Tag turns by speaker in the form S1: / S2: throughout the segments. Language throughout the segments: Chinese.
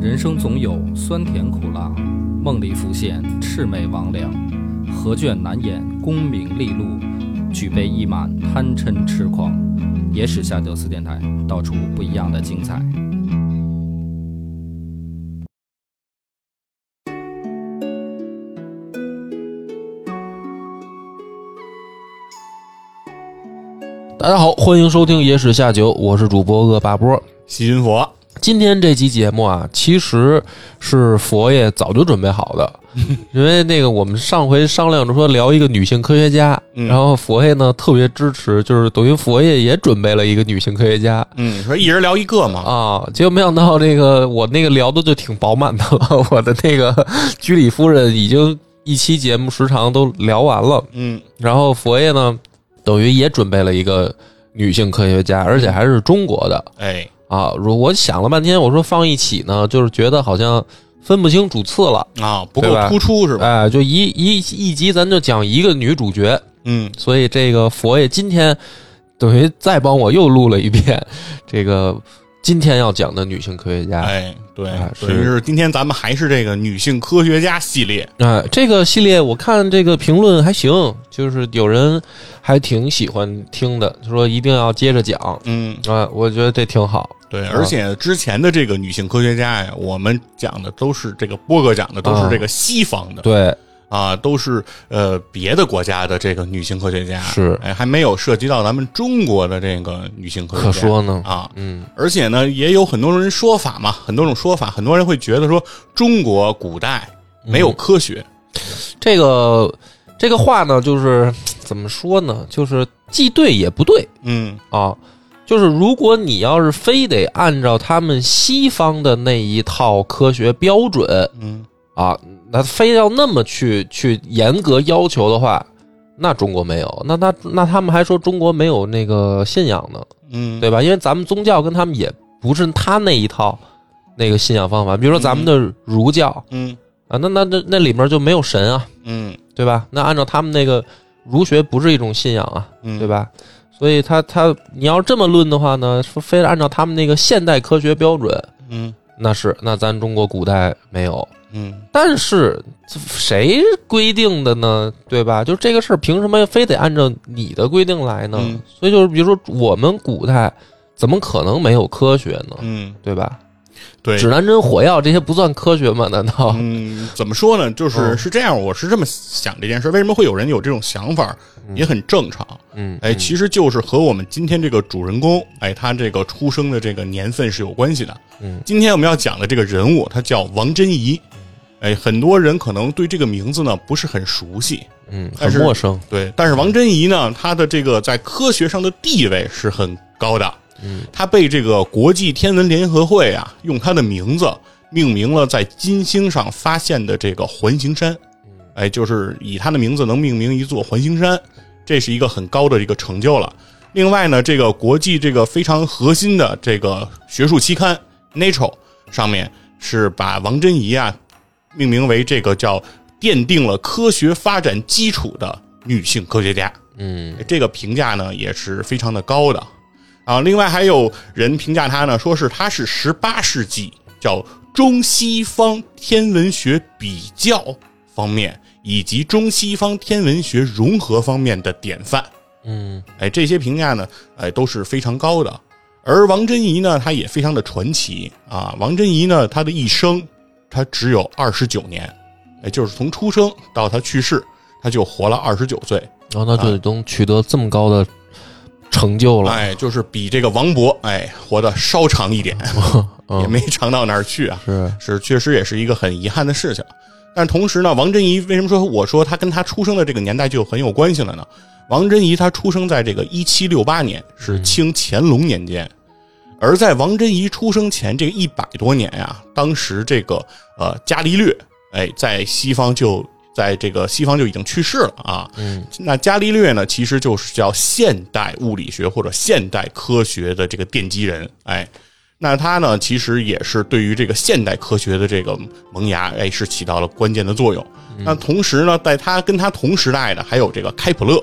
S1: 人生总有酸甜苦辣，梦里浮现魑魅魍魉，何卷难掩功名利禄，举杯一满贪嗔痴狂。野史下酒四电台，道出不一样的精彩。
S2: 大家好，欢迎收听《野史下酒》，我是主播恶霸波。
S3: 西云佛，
S2: 今天这期节目啊，其实是佛爷早就准备好的，因为那个我们上回商量着说聊一个女性科学家，
S3: 嗯
S2: 然后佛爷呢特别支持，就是等于佛爷也准备了一个女性科学家
S3: 嗯，你说一人聊一个嘛，
S2: 啊，结果没想到这个我那个聊的就挺饱满的 了，我的那个居里夫人已经一期节目时长都聊完了，
S3: 嗯，
S2: 然后佛爷呢等于也准备了一个女性科学家，而且还是中国的。
S3: 哎，
S2: 啊，我我想了半天，我说放一起呢，就是觉得好像分不清主次了，
S3: 啊，不
S2: 对
S3: 够
S2: 吧
S3: 突出是吧？
S2: 哎，就一一一集咱就讲一个女主角，
S3: 嗯，
S2: 所以这个佛爷今天等于再帮我又录了一遍 这个今天要讲的女性科学家。
S3: 哎，对
S2: 哎，
S3: 所以
S2: 是
S3: 是今天咱们还是这个女性科学家系列，
S2: 哎，这个系列我看这个评论还行，就是有人还挺喜欢听的，说一定要接着讲
S3: 嗯，
S2: 啊，我觉得这挺好。
S3: 对，而且之前的这个女性科学家呀，我们讲的都是这个波哥讲的都是这个西方的
S2: 对，
S3: 啊，都是呃别的国家的这个女性科学家，
S2: 是
S3: 哎，还没有涉及到咱们中国的这个女性科学家，
S2: 可说呢，
S3: 啊，
S2: 嗯，
S3: 而且呢，也有很多人说法嘛，很多种说法，很多人会觉得说中国古代没有科学，
S2: 嗯这个这个话呢，就是怎么说呢？就是既对也不对
S3: 嗯
S2: 啊。就是如果你要是非得按照他们西方的那一套科学标准
S3: 嗯
S2: 啊，那非要那么去去严格要求的话，那中国没有，那那那他们还说中国没有那个信仰呢，
S3: 嗯，
S2: 对吧？因为咱们宗教跟他们也不是他那一套那个信仰方法，比如说咱们的儒教
S3: 嗯
S2: 啊，那那那那里面就没有神啊，
S3: 嗯
S2: 对吧？那按照他们那个儒学不是一种信仰啊，
S3: 嗯，
S2: 对？吧？所以他他你要这么论的话呢，说非得按照他们那个现代科学标准，
S3: 嗯
S2: 那是那咱中国古代没有。
S3: 嗯
S2: 但是这谁规定的呢？对吧？就这个事儿，凭什么非得按照你的规定来呢？
S3: 嗯
S2: 所以就是，比如说我们古代怎么可能没有科学呢？
S3: 嗯，
S2: 对吧？
S3: 对
S2: 指。南针、火药这些不算科学吗？难道？
S3: 嗯，怎么说呢？就是
S2: 嗯
S3: 是这样，我是这么想这件事。为什么会有人有这种想法，也很正常。
S2: 嗯，
S3: 哎，其实就是和我们今天这个主人公，哎，他这个出生的这个年份是有关系的。
S2: 嗯，
S3: 今天我们要讲的这个人物，他叫王珍怡。哎，很多人可能对这个名字呢不是很熟悉，
S2: 嗯，
S3: 但
S2: 很
S3: 是
S2: 陌生。
S3: 对，但是王珍怡呢，她的这个在科学上的地位是很高的。
S2: 嗯，
S3: 她被这个国际天文联合会啊，用她的名字命名了在金星上发现的这个环形山。哎，就是以她的名字能命名一座环形山，这是一个很高的一个成就了。另外呢，这个国际这个非常核心的这个学术期刊《Nature》上面是把王珍怡啊命名为这个叫奠定了科学发展基础的女性科学家，
S2: 嗯
S3: 这个评价呢也是非常的高的啊。另外还有人评价她呢，说是她是十八世纪叫中西方天文学比较方面以及中西方天文学融合方面的典范。
S2: 嗯
S3: 哎，这些评价呢，哎都是非常高的。而王珍怡呢，她也非常的传奇啊。王珍怡呢，她的一生，她只有二十九年，哎，就是从出生到她去世，她就活了二十九岁。
S2: 然后他就能取得这么高的成就了，
S3: 哎，就是比这个王勃，哎，活得稍长一点，也没长到哪儿去啊。
S2: 嗯是
S3: 是确实也是一个很遗憾的事情。但同时呢，王珍怡为什么说我说她跟她出生的这个年代就很有关系了呢？王珍怡她出生在这个一七六八年，是清乾隆年间。而在王珍怡出生前这一百多年呀、当时这个呃伽利略，哎，在西方就在这个西方就已经去世了啊。
S2: 嗯，
S3: 那伽利略呢，其实就是叫现代物理学或者现代科学的这个奠基人，哎。那他呢，其实也是对于这个现代科学的这个萌芽，哎，是起到了关键的作用。那同时呢，在他跟他同时代的还有这个开普勒，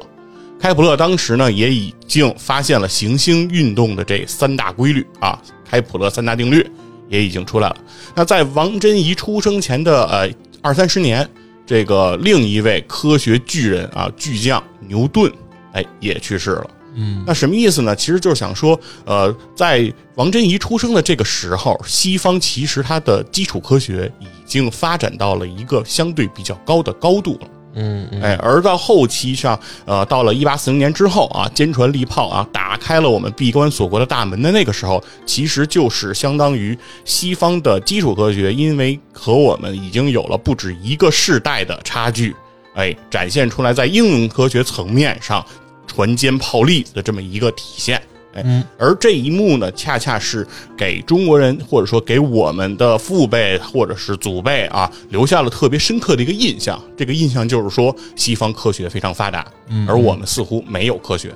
S3: 开普勒当时呢也已经发现了行星运动的这三大规律啊，开普勒三大定律，也已经出来了。那在王真仪出生前的呃二三十年，这个另一位科学巨人啊巨匠牛顿，哎也去世了。
S2: 嗯
S3: 那什么意思呢？其实就是想说，呃，在王珍怡出生的这个时候，西方其实它的基础科学已经发展到了一个相对比较高的高度了。
S2: 嗯嗯
S3: 哎，而到后期上，呃，到了一八四零年之后啊，坚船利炮啊，打开了我们闭关锁国的大门的那个时候，其实就是相当于西方的基础科学，因为和我们已经有了不止一个世代的差距，哎，展现出来在应用科学层面上船坚炮利的这么一个体现。哎，
S2: 嗯
S3: 而这一幕呢，恰恰是给中国人或者说给我们的父辈或者是祖辈啊，留下了特别深刻的一个印象。这个印象就是说，西方科学非常发达，而我们似乎没有科学。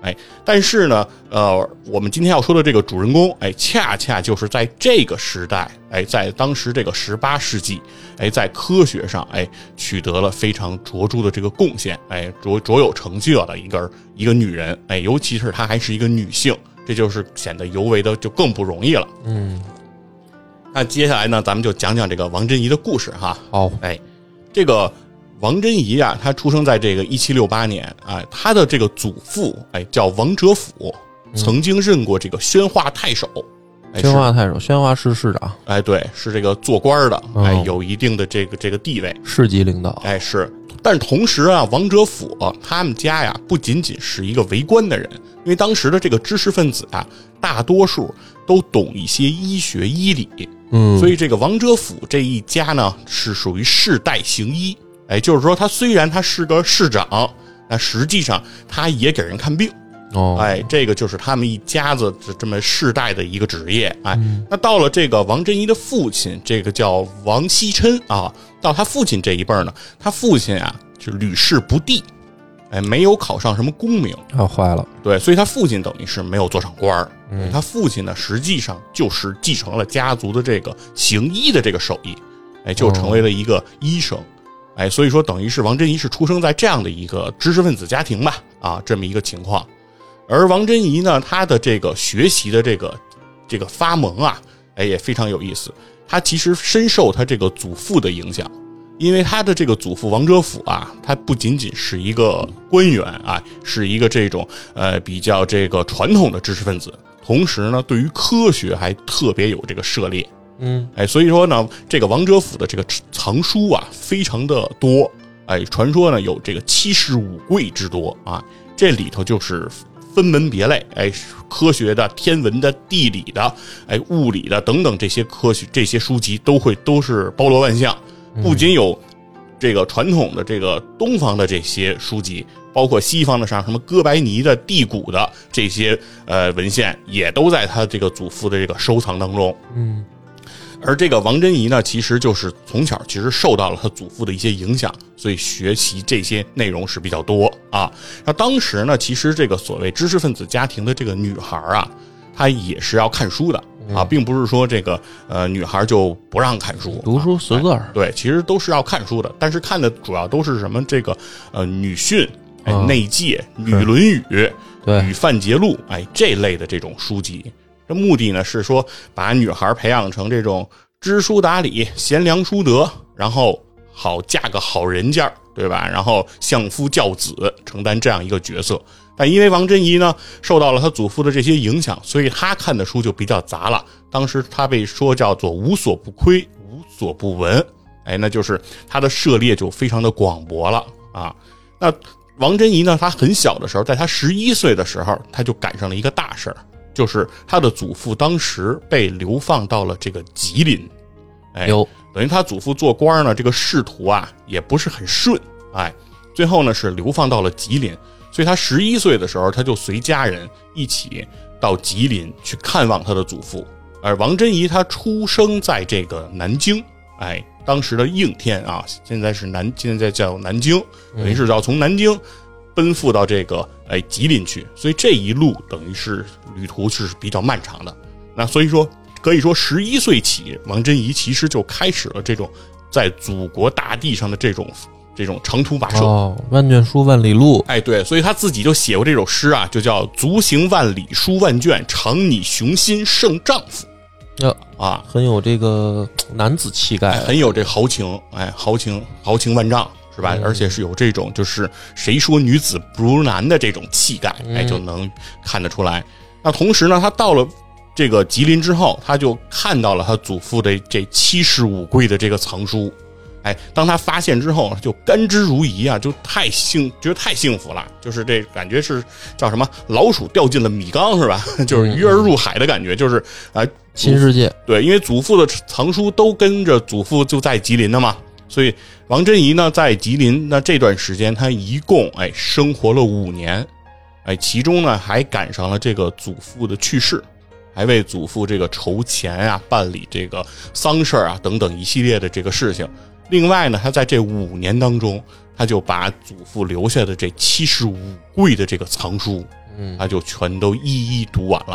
S3: 哎，但是呢，呃，我们今天要说的这个主人公，哎，恰恰就是在这个时代，哎，在当时这个十八世纪，哎，在科学上，哎，取得了非常卓著的这个贡献，哎，卓卓有成就的一个一个女人，哎，尤其是她还是一个女性，这就是显得尤为的就更不容易了。
S2: 嗯，
S3: 那接下来呢，咱们就讲讲这个王珍怡的故事哈。
S2: 好，
S3: 哎，这个王珍怡啊，她出生在这个一七六八年啊，她的这个祖父哎叫王哲甫，曾经任过这个宣化太守。哎
S2: 嗯宣
S3: 是
S2: 化太守，宣化市市长，
S3: 哎，对，是这个做官儿的，哎
S2: 哦，
S3: 有一定的这个这个地位，
S2: 市级领导。
S3: 哎是。但是同时啊，王哲甫、啊他们家呀，不仅仅是一个为官的人，因为当时的这个知识分子啊，大多数都懂一些医学医理，
S2: 嗯，
S3: 所以这个王哲甫这一家呢是属于世代行医，哎，就是说他虽然他是个市长，那实际上他也给人看病，
S2: 哦，
S3: 哎，这个就是他们一家子这这么世代的一个职业，哎，那到了这个王振一的父亲，这个叫王锡琛啊，到他父亲这一辈儿呢，他父亲啊就屡试不第，哎，没有考上什么功名，
S2: 啊，坏了，
S3: 对，所以他父亲等于是没有做上官儿，他父亲呢实际上就是继承了家族的这个行医的这个手艺，哎，就成为了一个医生，哎，所以说等于是王振一是出生在这样的一个知识分子家庭吧，啊，这么一个情况。而王振一呢，他的这个学习的这个这个发蒙啊，哎，也非常有意思。他其实深受他这个祖父的影响，因为他的这个祖父王哲甫啊，他不仅仅是一个官员啊，是一个这种呃比较这个传统的知识分子，同时呢，对于科学还特别有这个涉猎。
S2: 嗯
S3: 哎，所以说呢，这个王哲甫的这个藏书啊，非常的多。哎，传说呢有这个七十五柜之多啊，这里头就是分门别类，哎，科学的、天文的、地理的、哎物理的等等这些科学这些书籍都会都是包罗万象，
S2: 嗯
S3: 不仅有这个传统的这个东方的这些书籍，包括西方的像什么哥白尼的、地谷的这些呃文献，也都在他这个祖父的这个收藏当中。
S2: 嗯
S3: 而这个王珍怡呢，其实就是从小其实受到了他祖父的一些影响，所以学习这些内容是比较多啊。那当时呢，其实这个所谓知识分子家庭的这个女孩啊，她也是要看书的啊，
S2: 嗯
S3: 并不是说这个呃女孩就不让看书，
S2: 读书
S3: 啊
S2: 识字儿
S3: 对，其实都是要看书的，但是看的主要都是什么这个呃女训、哎
S2: 啊
S3: 内界、女《论哎语》
S2: 对
S3: 与《范节录》哎这类的这种书籍。这目的呢是说，把女孩培养成这种知书达理、贤良淑德，然后好嫁个好人家儿，对吧？然后相夫教子，承担这样一个角色。但因为王珍怡呢受到了她祖父的这些影响，所以她看的书就比较杂了。当时她被说叫做无所不窥、无所不闻，哎，那就是她的涉猎就非常的广博了啊。那王珍怡呢，她很小的时候，在她十一岁的时候，她就赶上了一个大事儿，就是她的祖父当时被流放到了这个吉林，哎，
S2: 有
S3: 等于他祖父做官呢，这个仕途啊也不是很顺，哎，最后呢是流放到了吉林，所以他十一岁的时候，他就随家人一起到吉林去看望他的祖父。而王珍怡她出生在这个南京，哎，当时的应天啊，现在是南，现在叫南京，等于是要从南京奔赴到这个哎吉林去，所以这一路等于是旅途是比较漫长的。那所以说，可以说十一岁起，王珍怡其实就开始了这种在祖国大地上的这种这种长途跋涉。
S2: 哦，万卷书万里路，
S3: 哎，对，所以他自己就写过这首诗啊，就叫“足行万里书万卷，常拟雄心胜丈夫”。
S2: 哟
S3: 啊，
S2: 很有这个男子气
S3: 哎，
S2: 概。
S3: 很有这豪情，哎，豪情豪情万丈。是吧？而且是有这种，就是谁说女子不如男的这种气概，哎，就能看得出来。那同时呢，他到了这个吉林之后，他就看到了他祖父的这七十五柜的这个藏书。哎，当他发现之后，就甘之如饴啊，就太幸，觉得太幸福了，就是这感觉是叫什么？老鼠掉进了米缸是吧？ 就是鱼儿入海的感觉，就是啊，
S2: 新世界，
S3: 对，因为祖父的藏书都跟着祖父就在吉林的嘛，所以王珍怡呢在吉林，那这段时间她一共哎生活了五年，哎，其中呢还赶上了这个祖父的去世，还为祖父这个筹钱啊、办理这个丧事儿啊等等一系列的这个事情。另外呢，他在这五年当中，他就把祖父留下的这七十五柜的这个藏书，
S2: 嗯
S3: 他就全都一一读完了。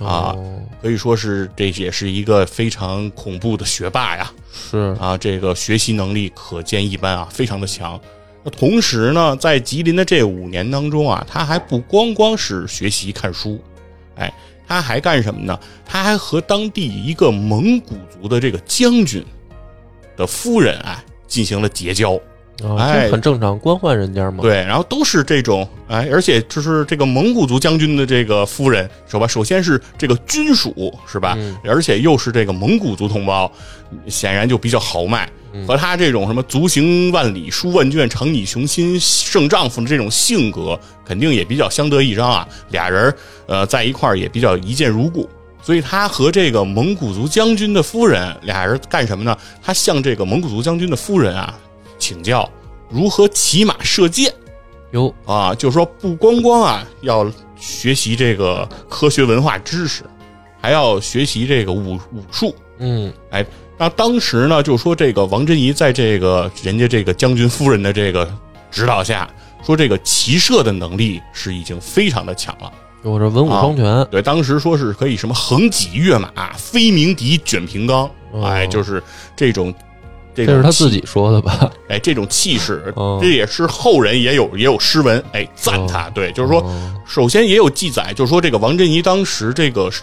S3: 啊
S2: 哦
S3: 可以说是这也是一个非常恐怖的学霸呀！
S2: 是
S3: 啊，这个学习能力可见一斑啊，非常的强。那同时呢，在吉林的这五年当中啊，他还不光光是学习看书，哎，他还干什么呢？他还和当地一个蒙古族的这个将军的夫人啊进行了结交。
S2: 啊，
S3: 哎
S2: 这很正常，官宦人家嘛。
S3: 对，然后都是这种，哎，而且就是这个蒙古族将军的这个夫人，是吧？首先是这个军属，是吧？
S2: 嗯
S3: 而且又是这个蒙古族同胞，显然就比较豪迈。和他这种什么“足行万里，书万卷，常以雄心，胜丈夫”的这种性格，肯定也比较相得益彰啊。俩人儿呃在一块儿也比较一见如故，所以他和这个蒙古族将军的夫人俩人干什么呢？他向这个蒙古族将军的夫人啊请教如何骑马射箭。
S2: 哟，
S3: 啊，就是说不光光啊要学习这个科学文化知识，还要学习这个武武术。
S2: 嗯，
S3: 哎，那当时呢，就说这个王珍怡在这个人家这个将军夫人的这个指导下，说这个骑射的能力是已经非常的强了。
S2: 我这文武双全，
S3: 对，当时说是可以什么横戟跃马、飞鸣笛、卷平冈，
S2: 哦
S3: 哎，就是这种。这
S2: 这
S3: 种
S2: 是他
S3: 气
S2: 自己说的吧？
S3: 哎，这种气势，
S2: 哦
S3: 这也是后人也有也有诗文，哎，赞他。对，就是说，
S2: 哦
S3: 首先也有记载，就是说这个王振仪当时这个是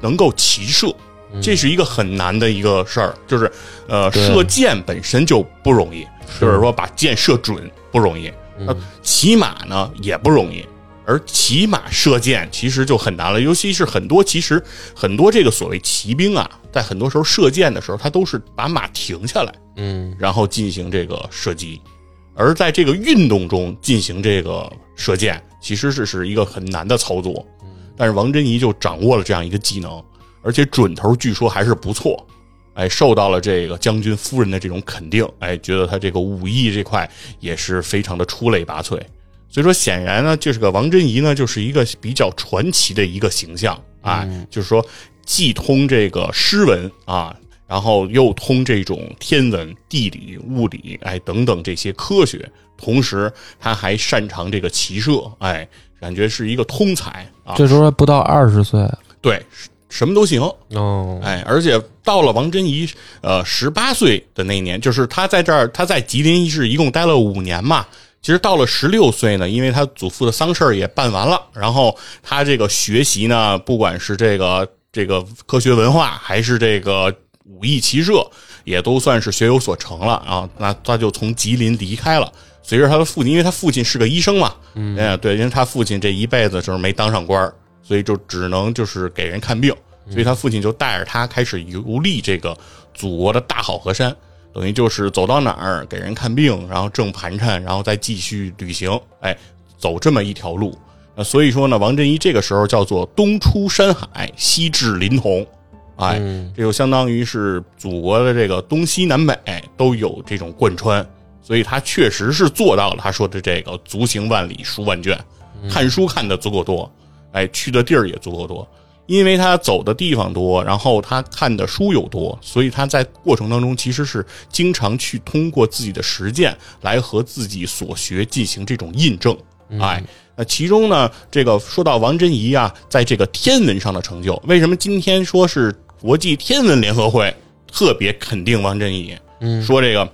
S3: 能够骑射，
S2: 嗯
S3: 这是一个很难的一个事儿，就是呃，
S2: 对
S3: 射箭本身就不容易，
S2: 是
S3: 就是说把箭射准不容易。那骑马呢也不容易，而骑马射箭其实就很难了，尤其是很多其实很多这个所谓骑兵啊，在很多时候射箭的时候，他都是把马停下来。
S2: 嗯，
S3: 然后进行这个射击。而在这个运动中进行这个射箭，其实是是一个很难的操作。但是王珍妮就掌握了这样一个技能，而且准头据说还是不错。哎，受到了这个将军夫人的这种肯定，哎，觉得他这个武艺这块也是非常的出类拔萃。所以说，显然呢，就是个王珍怡呢，就是一个比较传奇的一个形象啊，就是说既通这个诗文啊，然后又通这种天文、地理、物理，哎等等这些科学，同时他还擅长这个骑射，哎，感觉是一个通才啊，
S2: 这时候还不到二十岁，
S3: 对，什么都行，
S2: 哦，
S3: 哎，而且到了王珍怡呃十八岁的那一年，就是她在这儿，她在吉林市一共待了五年嘛。其实到了十六岁呢，因为她祖父的丧事儿也办完了，然后她这个学习呢，不管是这个这个科学文化，还是这个武艺骑射，也都算是学有所成了啊。那她就从吉林离开了。随着她的父亲，因为她父亲是个医生嘛，嗯，对，因为她父亲这一辈子就是没当上官儿，所以就只能就是给人看病，所以他父亲就带着他开始游历这个祖国的大好河山，等于就是走到哪儿给人看病，然后挣盘缠，然后再继续旅行，哎，走这么一条路。那所以说呢，王振一这个时候叫做东出山海，西至临潼，哎，
S2: 嗯
S3: 这就相当于是祖国的这个东西南北都有这种贯穿，所以他确实是做到了他说的这个足行万里，书万卷，看书看的足够多，哎，去的地儿也足够多。因为他走的地方多，然后他看的书又多，所以他在过程当中其实是经常去通过自己的实践来和自己所学进行这种印证。
S2: 嗯
S3: 哎，那其中呢，这个说到王珍怡啊，在这个天文上的成就，为什么今天说是国际天文联合会特别肯定王珍怡？嗯，说这个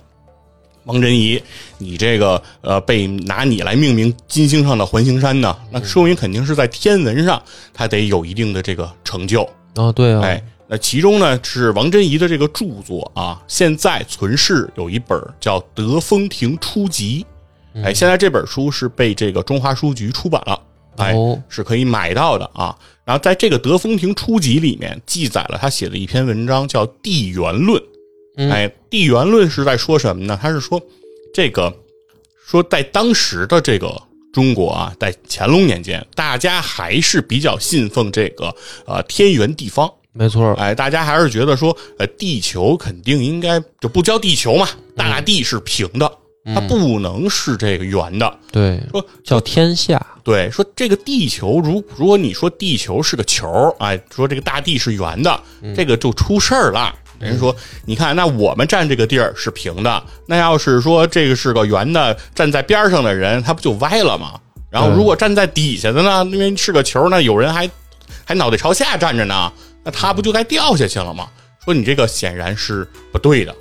S3: 王珍怡，你这个呃被拿你来命名金星上的环形山呢，那说明肯定是在天文上他得有一定的这个成就。
S2: 啊，对啊，
S3: 哎，那其中呢是王贞仪的这个著作啊，现在存世有一本叫《德风亭初集》，
S2: 嗯
S3: 哎，现在这本书是被这个中华书局出版了，哎，
S2: 哦
S3: 是可以买到的啊。然后在这个《德风亭初集》里面记载了他写的一篇文章，叫《地缘论》。
S2: 嗯
S3: 哎，《地缘论》是在说什么呢？他是说这个说在当时的这个中国啊，在乾隆年间，大家还是比较信奉这个呃天圆地方。
S2: 没错儿，
S3: 哎，大家还是觉得说，呃，地球肯定应该就不叫地球嘛，大地是平的，它不能是这个圆的。
S2: 对，
S3: 哎说
S2: 叫天下，
S3: 对，说这个地球，如如果你说地球是个球儿，哎，说这个大地是圆的，这个就出事儿了。人家说，你看，那我们站这个地儿是平的，那要是说这个是个圆的，站在边儿上的人，他不就歪了吗？然后，如果站在底下的呢，因为是个球儿呢，有人还还脑袋朝下站着呢，那他不就该掉下去了吗？说你这个显然是不对的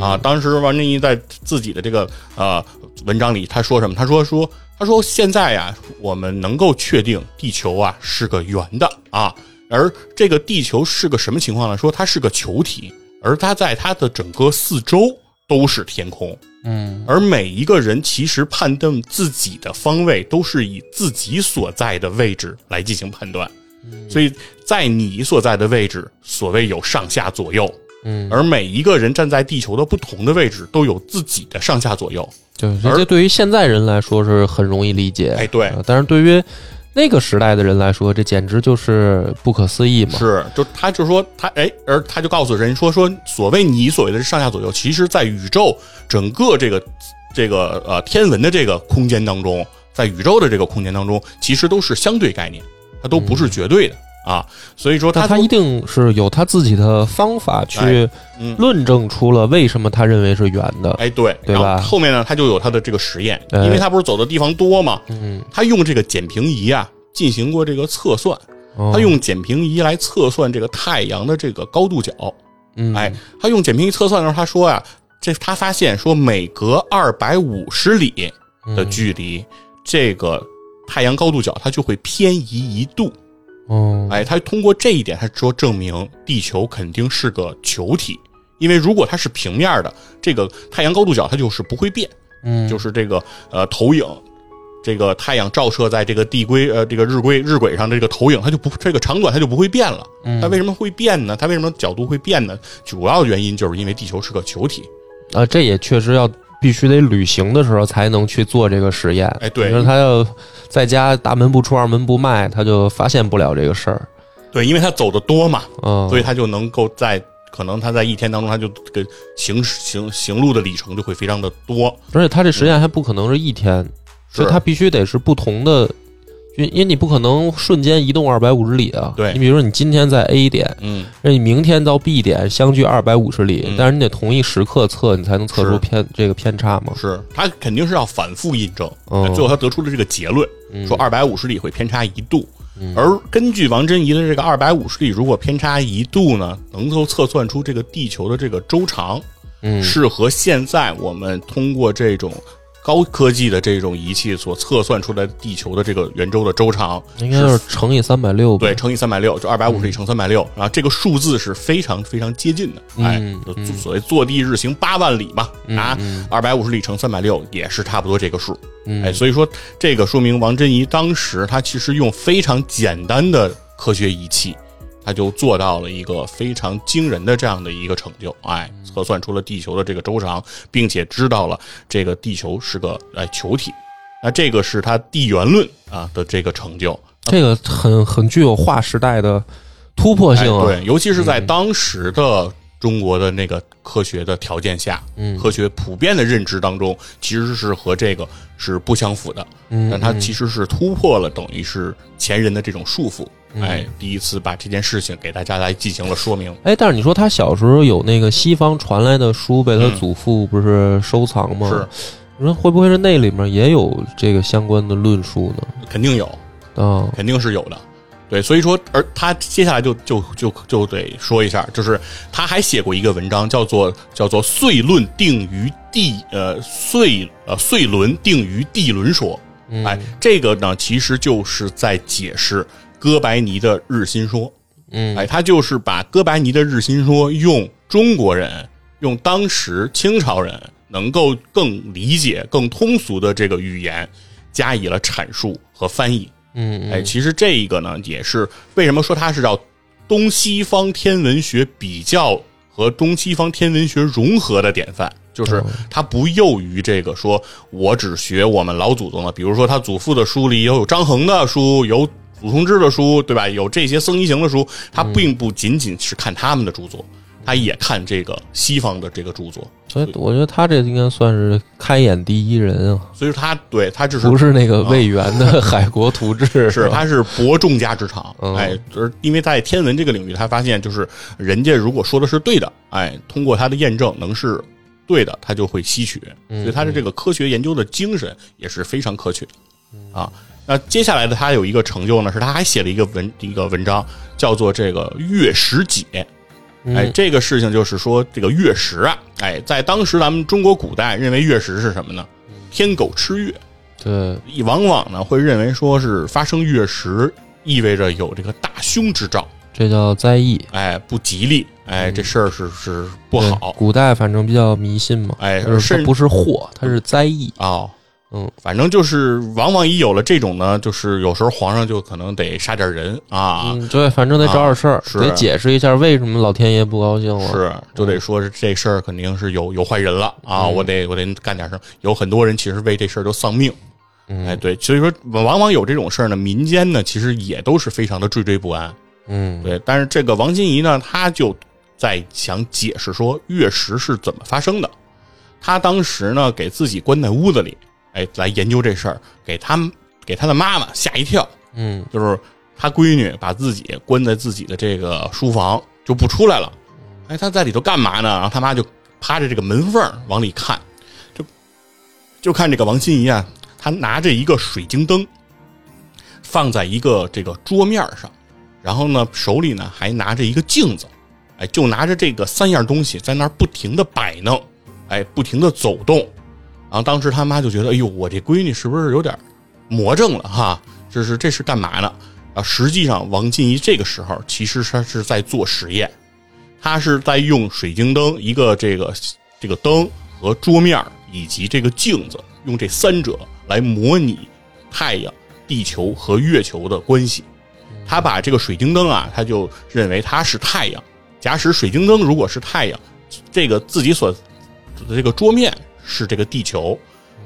S3: 啊！当时王振义在自己的这个呃文章里，他说什么？他说说他说现在呀、我们能够确定地球啊是个圆的啊，而这个地球是个什么情况呢？说它是个球体，而它在它的整个四周都是天空。
S2: 嗯，
S3: 而每一个人其实判断自己的方位都是以自己所在的位置来进行判断，所以在你所在的位置，所谓有上下左右，
S2: 嗯，
S3: 而每一个人站在地球的不同的位置，都有自己的上下左右，
S2: 对，
S3: 而
S2: 这这对于现在人来说是很容易理解，
S3: 哎对
S2: 啊但是对于那个时代的人来说，这简直就是不可思议嘛，
S3: 是，就他就说他哎，而他就告诉人说说，所谓你所谓的上下左右，其实在宇宙整个这个这个呃天文的这个空间当中，在宇宙的这个空间当中，其实都是相对概念，它都不是绝对的、啊。所以说
S2: 但
S3: 他
S2: 他一定是有他自己的方法去
S3: 嗯
S2: 论证出了为什么他认为是圆的。
S3: 哎对，
S2: 对
S3: 然
S2: 吧
S3: 后后面呢，他就有他的这个实验，
S2: 哎
S3: 因为他不是走的地方多嘛，
S2: 嗯，
S3: 他用这个简平仪啊进行过这个测算，
S2: 他
S3: 他用简平仪来测算这个太阳的这个高度角。
S2: 嗯
S3: 哎，他用简平仪测算的时候，他说啊，这他发现说每隔二百五十里
S2: 嗯
S3: 的距离，这个太阳高度角它就会偏移一度。
S2: 哦，
S3: 哎，他通过这一点，他说证明地球肯定是个球体，因为如果它是平面的，这个太阳高度角它就是不会变，
S2: 嗯，
S3: 就是这个呃投影。这个太阳照射在这个地轨呃这个日轨日轨上的这个投影，它就不这个长短它就不会变了。
S2: 嗯
S3: 它为什么会变呢？它为什么角度会变呢？主要原因就是因为地球是个球体。
S2: 啊，这也确实要必须得旅行的时候才能去做这个实验。
S3: 哎对
S2: 你说他要在家大门不出二门不迈，他就发现不了这个事儿。
S3: 对，因为它走的多嘛，
S2: 嗯，
S3: 所以它就能够在可能它在一天当中，它就这个行行行路的里程就会非常的多。
S2: 而且他这实验还不可能是一天，所以他必须得是不同的。因因为你不可能瞬间移动二百五十里啊，
S3: 对
S2: 你比如说你今天在 A 点，
S3: 嗯，
S2: 那你明天到 B 点相距二百五十里，
S3: 嗯
S2: 但是你得同一时刻测，你才能测
S3: 是
S2: 出偏这个偏差嘛。
S3: 是它肯定是要反复印证，
S2: 哦
S3: 最后他得出了这个结论，说二百五十里会偏差一度。而根据王珍怡的这个二百五十里，如果偏差一度呢，能够测算出这个地球的这个周长，
S2: 嗯
S3: 是和现在我们通过这种高科技的这种仪器所测算出来的地球的这个圆周的周长，
S2: 应该就是乘以三百六吧。
S3: 对，乘以三百六，就二百五十里乘三百六，然后这个数字是非常非常接近的，哎，就所谓坐地日行八万里嘛，拿二百五十里乘三百六也是差不多这个数，哎，所以说这个说明王振仪当时他其实用非常简单的科学仪器，他就做到了一个非常惊人的这样的一个成就，哎，测算出了地球的这个周长，并且知道了这个地球是个哎球体，那这个是他地缘论啊的这个成就。
S2: 这个很很具有划时代的突破性啊。
S3: 哎。对，尤其是在当时的中国的那个科学的条件下，嗯，科学普遍的认知当中，其实是和这个是不相符的。嗯，但它其实是突破了等于是前人的这种束缚，
S2: 嗯
S3: 哎，第一次把这件事情给大家来进行了说明。
S2: 哎，但是你说他小时候有那个西方传来的书被他祖父不是收藏吗？
S3: 嗯是，
S2: 你说会不会是那里面也有这个相关的论述呢？
S3: 肯定有，
S2: 啊、
S3: 肯定是有的。对，所以说，而他接下来就就就就得说一下，就是他还写过一个文章，叫做叫做《碎论定于地》，呃，碎呃碎轮定于地轮说。哎，这个呢，其实就是在解释哥白尼的日心说。
S2: 嗯
S3: 哎，他就是把哥白尼的日心说用中国人、用当时清朝人能够更理解、更通俗的这个语言加以了阐述和翻译。
S2: 嗯
S3: 哎，其实这一个呢，也是为什么说它是叫东西方天文学比较和东西方天文学融合的典范，就是它不囿于这个说我只学我们老祖宗的，比如说他祖父的书里有有张衡的书，有祖冲之的书，对吧？有这些僧一行的书，他并不仅仅是看他们的著作，他也看这个西方的这个著作，
S2: 所以我觉得他这应该算是开眼第一人啊，
S3: 所以说他对他只是啊
S2: 不是那个魏源的 海国图志，吧
S3: 是，他是博众家之长，
S2: 嗯
S3: 哎，就是因为在天文这个领域，他发现就是人家如果说的是对的，哎，通过他的验证能是对的，他就会吸取，
S2: 嗯
S3: 所以他的这个科学研究的精神也是非常可取
S2: 嗯
S3: 的啊。那接下来的他有一个成就呢，是他还写了一个文一个文章，叫做这个《月食解》。
S2: 嗯
S3: 哎，这个事情就是说，这个月食啊，哎，在当时咱们中国古代认为月食是什么呢？
S2: 嗯
S3: 天狗吃月，
S2: 对，
S3: 往往呢会认为说是发生月食意味着有这个大凶之兆，
S2: 这叫灾异，
S3: 哎，不吉利，哎，
S2: 嗯
S3: 这事儿是是不
S2: 对
S3: 好
S2: 古代反正比较迷信嘛，
S3: 哎
S2: 就是
S3: 甚
S2: 它不是祸，它是灾异，
S3: 啊、哦
S2: 嗯，
S3: 反正就是往往一有了这种呢，就是有时候皇上就可能得杀点人啊，
S2: 嗯，对，反正得找点事儿，
S3: 是
S2: 得解释一下为什么老天爷不高兴了，
S3: 是就得说是这事儿肯定是有有坏人了啊，我得我得干点什么。有很多人其实为这事儿都丧命，
S2: 嗯
S3: 哎，对，所以说往往有这种事儿呢，民间呢其实也都是非常的惴惴不安，
S2: 嗯，
S3: 对，但是这个王心怡呢，她就在想解释说月食是怎么发生的。她当时呢，给自己关在屋子里，哎，来研究这事儿，给她给她的妈妈吓一跳，
S2: 嗯，
S3: 就是她闺女把自己关在自己的这个书房就不出来了。哎，她在里头干嘛呢？然后她妈就趴着这个门缝儿往里看，就就看这个王心怡啊，她拿着一个水晶灯放在一个这个桌面上。然后呢，手里呢还拿着一个镜子，哎，就拿着这个三样东西在那儿不停的摆弄，哎，不停的走动。然后当时他妈就觉得，哎呦，我这闺女是不是有点魔怔了哈？这是这是干嘛呢？啊，实际上王进一这个时候其实他是在做实验，他是在用水晶灯一个这个这个灯和桌面儿以及这个镜子，用这三者来模拟太阳、地球和月球的关系。他把这个水晶灯啊，他就认为它是太阳。假使水晶灯如果是太阳，这个自己所这个桌面是这个地球，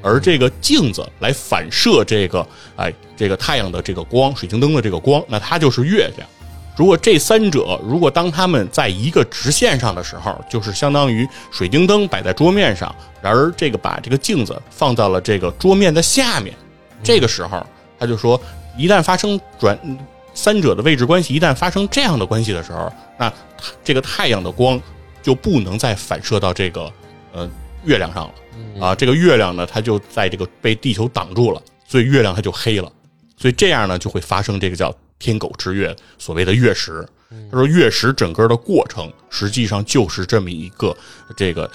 S3: 而这个镜子来反射这个哎这个太阳的这个光，水晶灯的这个光，那它就是月亮。如果这三者如果当它们在一个直线上的时候，就是相当于水晶灯摆在桌面上，然而这个把这个镜子放到了这个桌面的下面，这个时候他就说，一旦发生转三者的位置关系一旦发生这样的关系的时候，那它这个太阳的光就不能再反射到这个呃月亮上了啊。这个月亮呢，它就在这个被地球挡住了，所以月亮它就黑了。所以这样呢，就会发生这个叫天狗之月，所谓的月食。他说，月食整个的过程实际上就是这么一个这个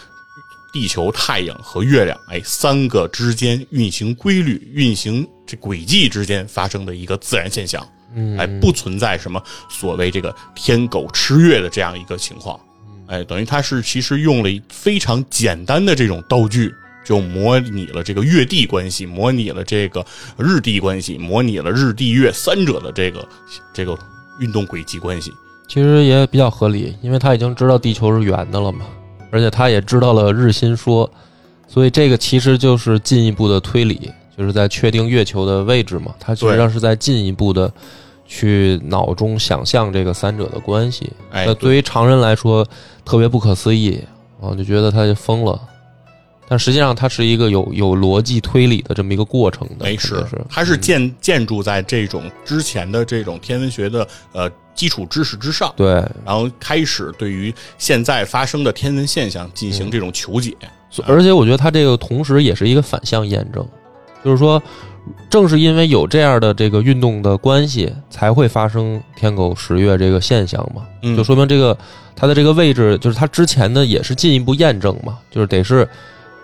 S3: 地球、太阳和月亮，哎，三个之间运行规律、运行这轨迹之间发生的一个自然现象，嗯，哎，不存在什么所谓这个天狗吃月的这样一个情况，
S2: 嗯
S3: 哎，等于它是其实用了非常简单的这种道具，就模拟了这个月地关系，模拟了这个日地关系，模拟了日地月三者的这个这个运动轨迹关系，
S2: 其实也比较合理，因为他已经知道地球是圆的了嘛，而且他也知道了日心说，所以这个其实就是进一步的推理，就是在确定月球的位置嘛。他实际上是在进一步的去脑中想象这个三者的关系。
S3: 哎
S2: 那，对于常人来说，特别不可思议啊，就觉得他就疯了。但实际上，它是一个有有逻辑推理的这么一个过程的，
S3: 没
S2: 肯
S3: 事
S2: 定是，嗯
S3: 它是建建筑在这种之前的这种天文学的呃基础知识之上，
S2: 对，
S3: 然后开始对于现在发生的天文现象进
S2: 嗯
S3: 行这种求解。
S2: 所而且我觉得它这个同时也是一个反向验证，就是说，正是因为有这样的这个运动的关系，才会发生天狗食月这个现象嘛。
S3: 嗯
S2: 就说明这个它的这个位置，就是它之前的也是进一步验证嘛，就是得是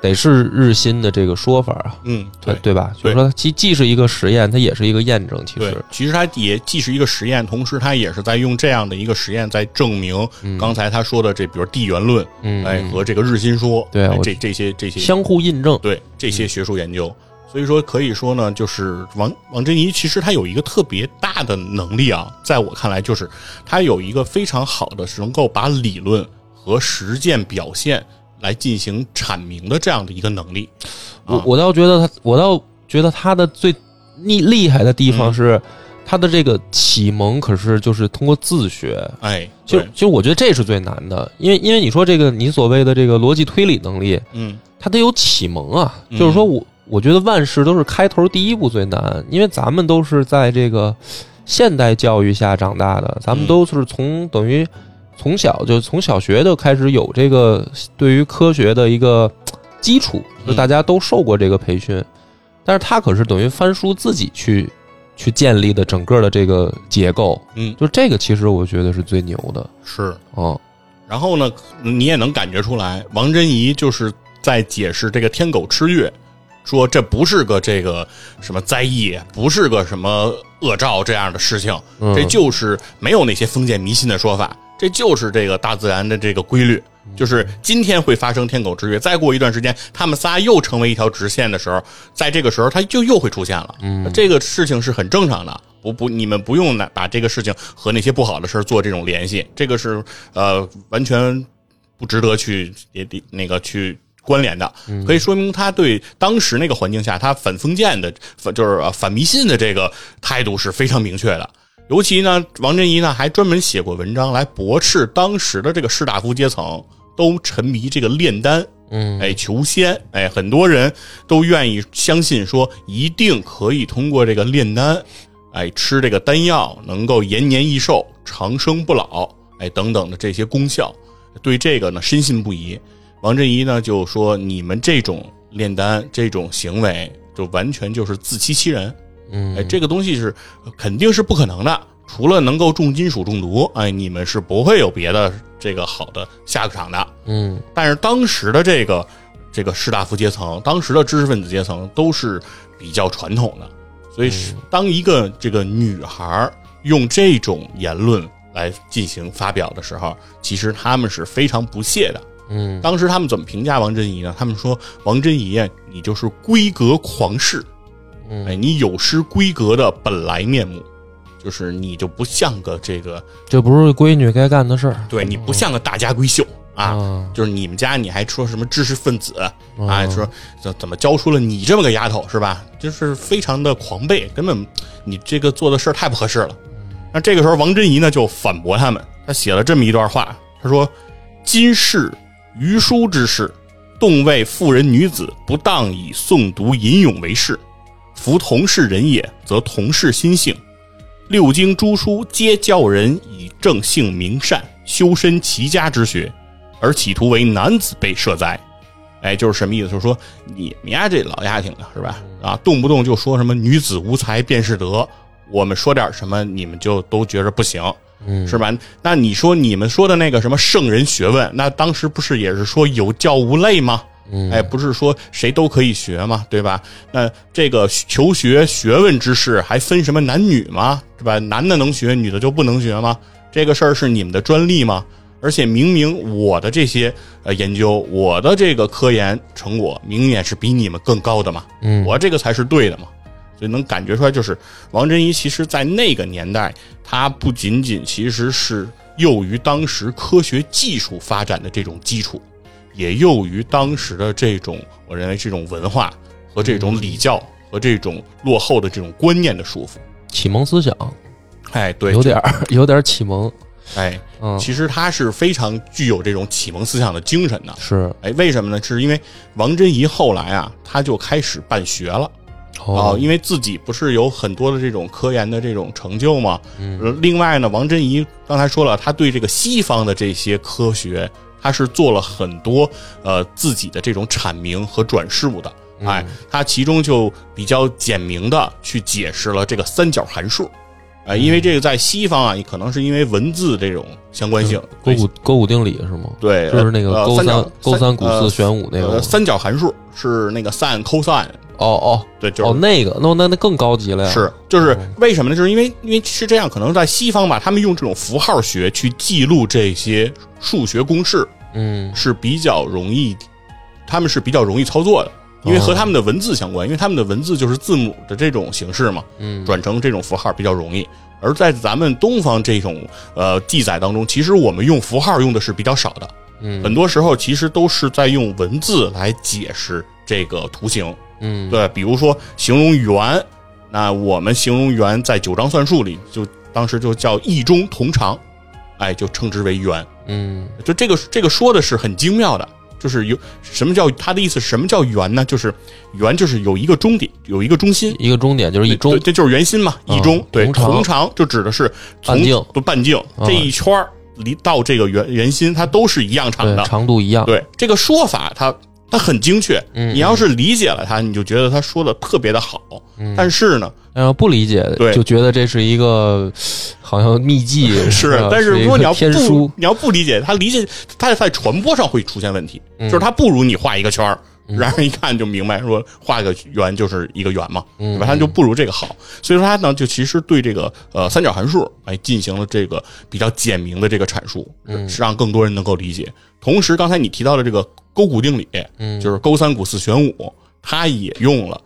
S2: 得是日心的这个说法啊，
S3: 嗯，
S2: 对
S3: 对
S2: 对吧？就
S3: 对
S2: 是说，它既既是一个实验，它也是一个验证。其
S3: 对
S2: 实，，
S3: 其实它也既是一个实验，同时它也是在用这样的一个实验在证明刚才他说的这，比如地缘论，
S2: 嗯，
S3: 哎，
S2: 嗯
S3: 和这个日心说，
S2: 对啊
S3: 哎
S2: 我嗯
S3: 这这些这些
S2: 相互印证。
S3: 对这些学术研究。所以说，可以说呢，就是王王振一其实他有一个特别大的能力啊，在我看来，就是他有一个非常好的是能够把理论和实践表现来进行阐明的这样的一个能力。
S2: 我
S3: 啊
S2: 我倒觉得他，我倒觉得他的最厉厉害的地
S3: 嗯
S2: 方是。他的这个启蒙可是就是通过自学，
S3: 哎，
S2: 就
S3: 对
S2: 就我觉得这是最难的，因为因为你说这个你所谓的这个逻辑推理能力，
S3: 嗯
S2: 它得有启蒙啊，
S3: 嗯
S2: 就是说我我觉得万事都是开头第一步最难，因为咱们都是在这个现代教育下长大的，咱们
S3: 嗯
S2: 都是从等于从小就从小学就开始有这个对于科学的一个基础，就
S3: 嗯
S2: 大家都受过这个培训，但是他可是等于翻书自己去去建立的整个的这个结构，
S3: 嗯
S2: 就这个其实我觉得是最牛的，
S3: 是。
S2: 哦，
S3: 然后呢，你也能感觉出来，王珍怡就是在解释这个天狗吃月，说这不是个这个什么灾异，不是个什么恶兆这样的事情，
S2: 嗯
S3: 这就是没有那些封建迷信的说法，这就是这个大自然的这个规律。就是今天会发生天狗之月，再过一段时间，他们仨又成为一条直线的时候，在这个时候，它就又会出现了。嗯，这个事情是很正常的，不不，你们不用拿把这个事情和那些不好的事儿做这种联系，这个是呃完全不值得去也得那个去关联的，可以说明他对当时那个环境下他反封建的，反就是呃反迷信的这个态度是非常明确的。尤其呢，王振一呢还专门写过文章来驳斥当时的这个士大夫阶层都沉迷这个炼丹，
S2: 嗯，
S3: 哎，求仙，哎，很多人都愿意相信说一定可以通过这个炼丹，哎，吃这个丹药能够延年益寿、长生不老，哎，等等的这些功效，对这个呢深信不疑。王振一呢就说：“你们这种炼丹这种行为，就完全就是自欺欺人。
S2: 嗯
S3: 哎，这个东西是肯定是不可能的。除了能够重金属中毒，哎，你们是不会有别的这个好的下场的。
S2: 嗯
S3: 但是当时的这个这个士大夫阶层，当时的知识分子阶层都是比较传统的，所以是当一个这个女孩儿用这种言论来进行发表的时候，其实他们是非常不屑的。
S2: 嗯
S3: 当时他们怎么评价王振仪呢？他们说王振仪啊，你就是闺阁狂士，
S2: 嗯
S3: 哎，你有失闺阁的本来面目，就是你就不像个这个，
S2: 这不是闺女该干的事儿
S3: 对你不像个大家闺秀啊。
S2: 啊，
S3: 就是你们家你还说什么知识分子啊？
S2: 嗯
S3: 说怎怎么教出了你这么个丫头是吧？就是非常的狂悖，根本你这个做的事儿太不合适了。那这个时候，王振仪呢就反驳他们，他写了这么一段话，他说：“今世余书之事，动为妇人女子，不当以诵读吟咏为事。夫同是人也，则同是心性。六经诸书皆教人以正性明善，修身齐家之学，而企图为男子被设哉。哎，就是什么意思？就是说你们家这老丫挺的是吧？
S2: 嗯
S3: 啊，动不动就说什么女子无才便是德，我们说点什么你们就都觉着不行，
S2: 嗯
S3: 是吧？那你说你们说的那个什么圣人学问，那当时不是也是说有教无类吗？
S2: 嗯
S3: 哎，不是说谁都可以学嘛，对吧？那这个求学学问之事还分什么男女吗？是吧？男的能学，女的就不能学吗？这个事儿是你们的专利吗？而且明明我的这些呃研究，我的这个科研成果，明明也是比你们更高的嘛，
S2: 嗯
S3: 我这个才是对的嘛。所以能感觉出来，就是王振一其实在那个年代，他不仅仅其实是囿于当时科学技术发展的这种基础，也囿于当时的这种，我认为这种文化和这种礼教和这种落后的这种观念的束缚。
S2: 启蒙思想，
S3: 哎，对，
S2: 有点儿有点儿启蒙，
S3: 哎，
S2: 嗯，
S3: 其实他是非常具有这种启蒙思想的精神的。
S2: 是
S3: 哎，为什么呢？是因为王振仪后来啊，他就开始办学了。哦，因为自己不是有很多的这种科研的这种成就嘛。嗯。另外呢，王振仪刚才说了，他对这个西方的这些科学，他是做了很多呃自己的这种阐明和转述的。
S2: 嗯
S3: 哎，他其中就比较简明的去解释了这个三角函数。哎，
S2: 嗯
S3: 因为这个在西方啊，可能是因为文字这种相关性，
S2: 勾股勾股定理是吗？
S3: 对，
S2: 就是那个
S3: 呃
S2: 勾
S3: 三
S2: 三
S3: 角
S2: 勾三股四
S3: 呃
S2: 玄武那个吗
S3: 呃，三角函数是那个 sin、cosine，
S2: 哦哦
S3: 对，就是
S2: 哦，那个那那那哦更高级了呀，
S3: 是，就是为什么呢？就是因为因为是这样，可能在西方吧，他们用这种符号学去记录这些数学公式
S2: 嗯
S3: 是比较容易，他们是比较容易操作的，
S2: 哦
S3: 因为和他们的文字相关，因为他们的文字就是字母的这种形式嘛，
S2: 嗯，
S3: 转成这种符号比较容易。而在咱们东方这种呃记载当中，其实我们用符号用的是比较少的，
S2: 嗯
S3: 很多时候其实都是在用文字来解释这个图形。
S2: 嗯
S3: 对，比如说形容圆，那我们形容圆在九章算术里就当时就叫异中同长，哎，就称之为圆。
S2: 嗯
S3: 就这个这个说的是很精妙的，就是有什么叫他的意思？什么叫圆呢？就是圆就是有一个终点，有一个中心。
S2: 一个终点就是一中
S3: 对，这就是圆心嘛，
S2: 嗯
S3: 一中、对，
S2: 同长
S3: 同长就指的是从
S2: 半径
S3: 不半径
S2: 嗯
S3: 这一圈儿离到这个圆圆心，它都是一样长
S2: 对
S3: 的。
S2: 长度一样，
S3: 对这个说法它，它很精确。
S2: 嗯
S3: 你要是理解了它，你就觉得他说的特别的好。
S2: 嗯
S3: 但是呢，
S2: 然后哎不理解
S3: 对
S2: 就觉得这是一个好像秘籍
S3: 是，
S2: 吧
S3: 但
S2: 是
S3: 是
S2: 一
S3: 如果
S2: 个
S3: 你要
S2: 天书
S3: 不，你要不理解，他理解他在传播上会出现问题，
S2: 嗯
S3: 就是他不如你画一个圈儿。然后一看就明白，说画个圆就是一个圆嘛，
S2: 嗯
S3: 对吧？他就不如这个好，所以说他呢，就其实对这个呃三角函数哎进行了这个比较简明的这个阐述，
S2: 嗯
S3: 是让更多人能够理解。同时，刚才你提到的这个勾股定理，
S2: 嗯
S3: 就是勾三股四弦五，它也用了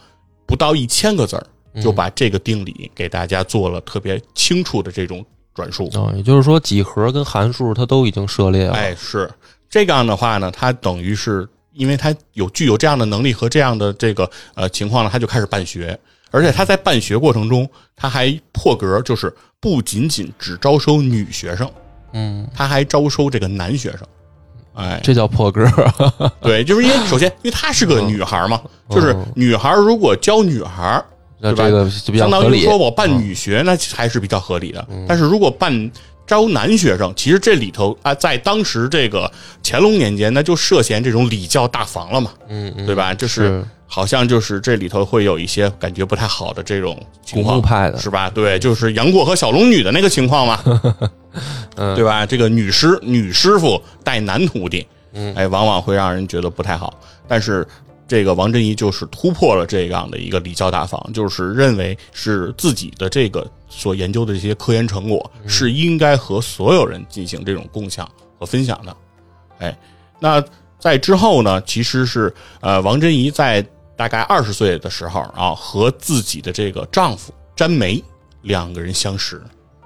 S3: 不到一千个字儿，
S2: 嗯
S3: 就把这个定理给大家做了特别清楚的这种转述。
S2: 啊，也就是说几何跟函数它都已经涉猎了，
S3: 哎，是这样的话呢，它等于是因为它有具有这样的能力和这样的这个呃情况呢，他就开始办学，而且他在办学过程中，他还破格，就是不仅仅只招收女学生，
S2: 嗯，
S3: 他还招收这个男学生。哎，
S2: 这叫破格，
S3: 对，就是因为首先，因为她是个女孩嘛，就是女孩如果教女孩，
S2: 那
S3: 对吧
S2: 这个就比较
S3: 相
S2: 合
S3: 当于
S2: 理嗯
S3: 说，我办女学那还是比较合理的。但是如果办招男学生，其实这里头啊，在当时这个乾隆年间，那就涉嫌这种礼教大防了嘛，
S2: 嗯嗯，
S3: 对吧？就是
S2: 是
S3: 好像就是这里头会有一些感觉不太好的这种
S2: 古
S3: 情
S2: 墓
S3: 况，
S2: 派的，
S3: 是吧？对，就是杨过和小龙女的那个情况嘛，对吧？这个女师女师傅带男徒弟，哎，往往会让人觉得不太好。但是这个王振一就是突破了这样的一个礼教大防，就是认为是自己的这个所研究的这些科研成果是应该和所有人进行这种共享和分享的。哎，那在之后呢，其实是呃，王振一在大概二十岁的时候啊，和自己的这个丈夫詹梅两个人相识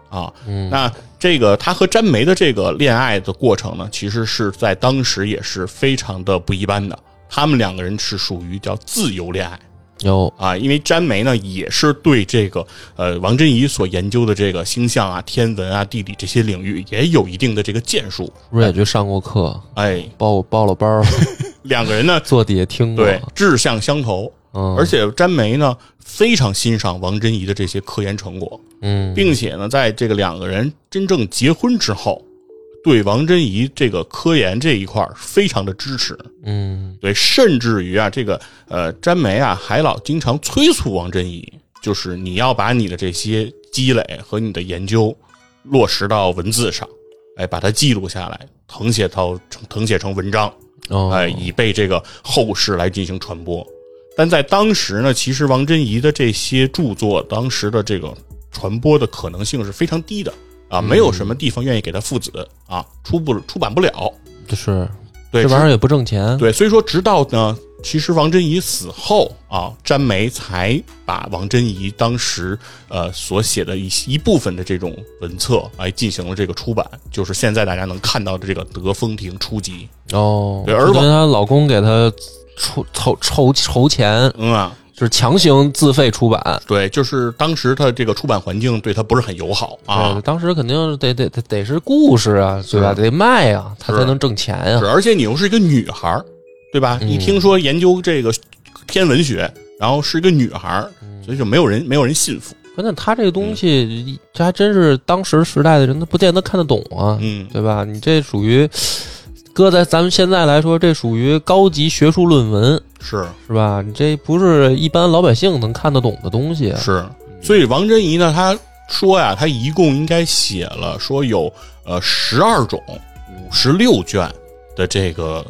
S3: 啊。
S2: 嗯
S3: 那这个她和詹梅的这个恋爱的过程呢，其实是在当时也是非常的不一般的。他们两个人是属于叫自由恋爱
S2: 有
S3: 啊，因为詹梅呢也是对这个呃王振一所研究的这个星象啊、天文啊、地理这些领域也有一定的这个建树。
S2: 不是也去上过课，
S3: 哎，
S2: 报报了班儿，
S3: 两个人呢
S2: 坐底下听过，
S3: 对，志向相投。
S2: 嗯，
S3: 而且詹梅呢非常欣赏王珍怡的这些科研成果，
S2: 嗯
S3: 并且呢，在这个两个人真正结婚之后，对王珍怡这个科研这一块儿非常的支持。
S2: 嗯
S3: 对，甚至于啊，这个呃，詹梅啊，还老经常催促王珍怡，就是你要把你的这些积累和你的研究落实到文字上，哎，把它记录下来，誊写到誊写成文章。
S2: 哦
S3: 哎，以备这个后世来进行传播。但在当时呢，其实王振怡的这些著作，当时的这个传播的可能性是非常低的啊，没有
S2: 嗯
S3: 什么地方愿意给他父子啊出不出版不了。
S2: 就是
S3: 对，
S2: 这玩意
S3: 直
S2: 儿也不挣钱，
S3: 对，所以说直到呢，其实王振怡死后啊，詹梅才把王振怡当时呃所写的一一部分的这种文册，哎，进行了这个出版，就是现在大家能看到的这个《德风亭初集
S2: 哦，
S3: 对而
S2: 就跟
S3: 我
S2: 她老公给她筹筹筹筹钱》。，
S3: 嗯啊，
S2: 就是强行自费出版
S3: 对，就是当时他这个出版环境对他不是很友好啊
S2: 对。当时肯定得得得得是故事啊，对吧？得卖啊，她
S3: 是
S2: 才能挣钱啊
S3: 是，。而且你又是一个女孩儿，对吧？
S2: 嗯
S3: 一听说研究这个天文学，然后是一个女孩儿，
S2: 嗯
S3: 所以就没有人没有人信服。
S2: 关键他这个
S3: 嗯
S2: 东西，这还真是当时时代的人，他不见得看得懂啊，
S3: 嗯，
S2: 对吧？你这属于搁在咱们现在来说，这属于高级学术论文，
S3: 是
S2: 是吧？你这不是一般老百姓能看得懂的东西。
S3: 是。所以王珍怡呢，她说呀，他一共应该写了说有呃十二种五十六卷的这个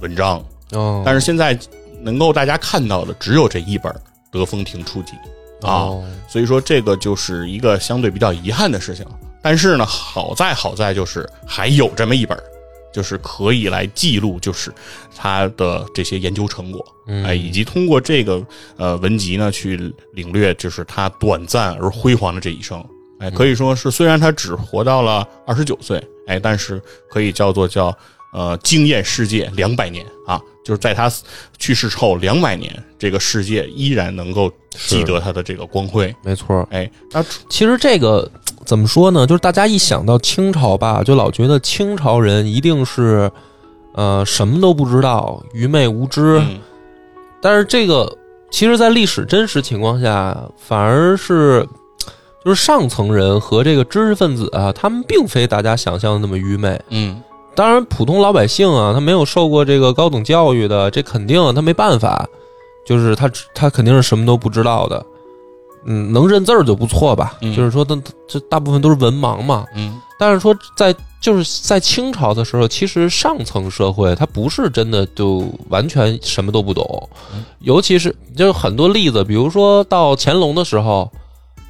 S3: 文章，
S2: 哦，
S3: 但是现在能够大家看到的只有这一本《德风亭初集》啊。
S2: 哦
S3: 所以说这个就是一个相对比较遗憾的事情。但是呢，好在好在就是还有这么一本儿，就是可以来记录，就是他的这些研究成果，
S2: 嗯
S3: 哎，以及通过这个呃文集呢，去领略就是他短暂而辉煌的这一生。哎，可以说是虽然他只活到了二十九岁，哎，但是可以叫做叫呃惊艳世界两百年啊，就是在他去世之后两百年，这个世界依然能够记
S2: 是
S3: 得他的这个光辉。
S2: 没错。
S3: 哎，那
S2: 其实这个怎么说呢？就是大家一想到清朝吧，就老觉得清朝人一定是，呃，什么都不知道，愚昧无知。
S3: 嗯
S2: 但是这个，其实，在历史真实情况下，反而是就是上层人和这个知识分子啊，他们并非大家想象的那么愚昧。
S3: 嗯
S2: 当然，普通老百姓啊，他没有受过这个高等教育的，这肯定他没办法，就是他只他肯定是什么都不知道的。嗯，能认字儿就不错吧。
S3: 嗯
S2: 就是说，他这大部分都是文盲嘛。
S3: 嗯
S2: 但是说在就是在清朝的时候，其实上层社会他不是真的就完全什么都不懂，尤其是就是很多例子，比如说到乾隆的时候，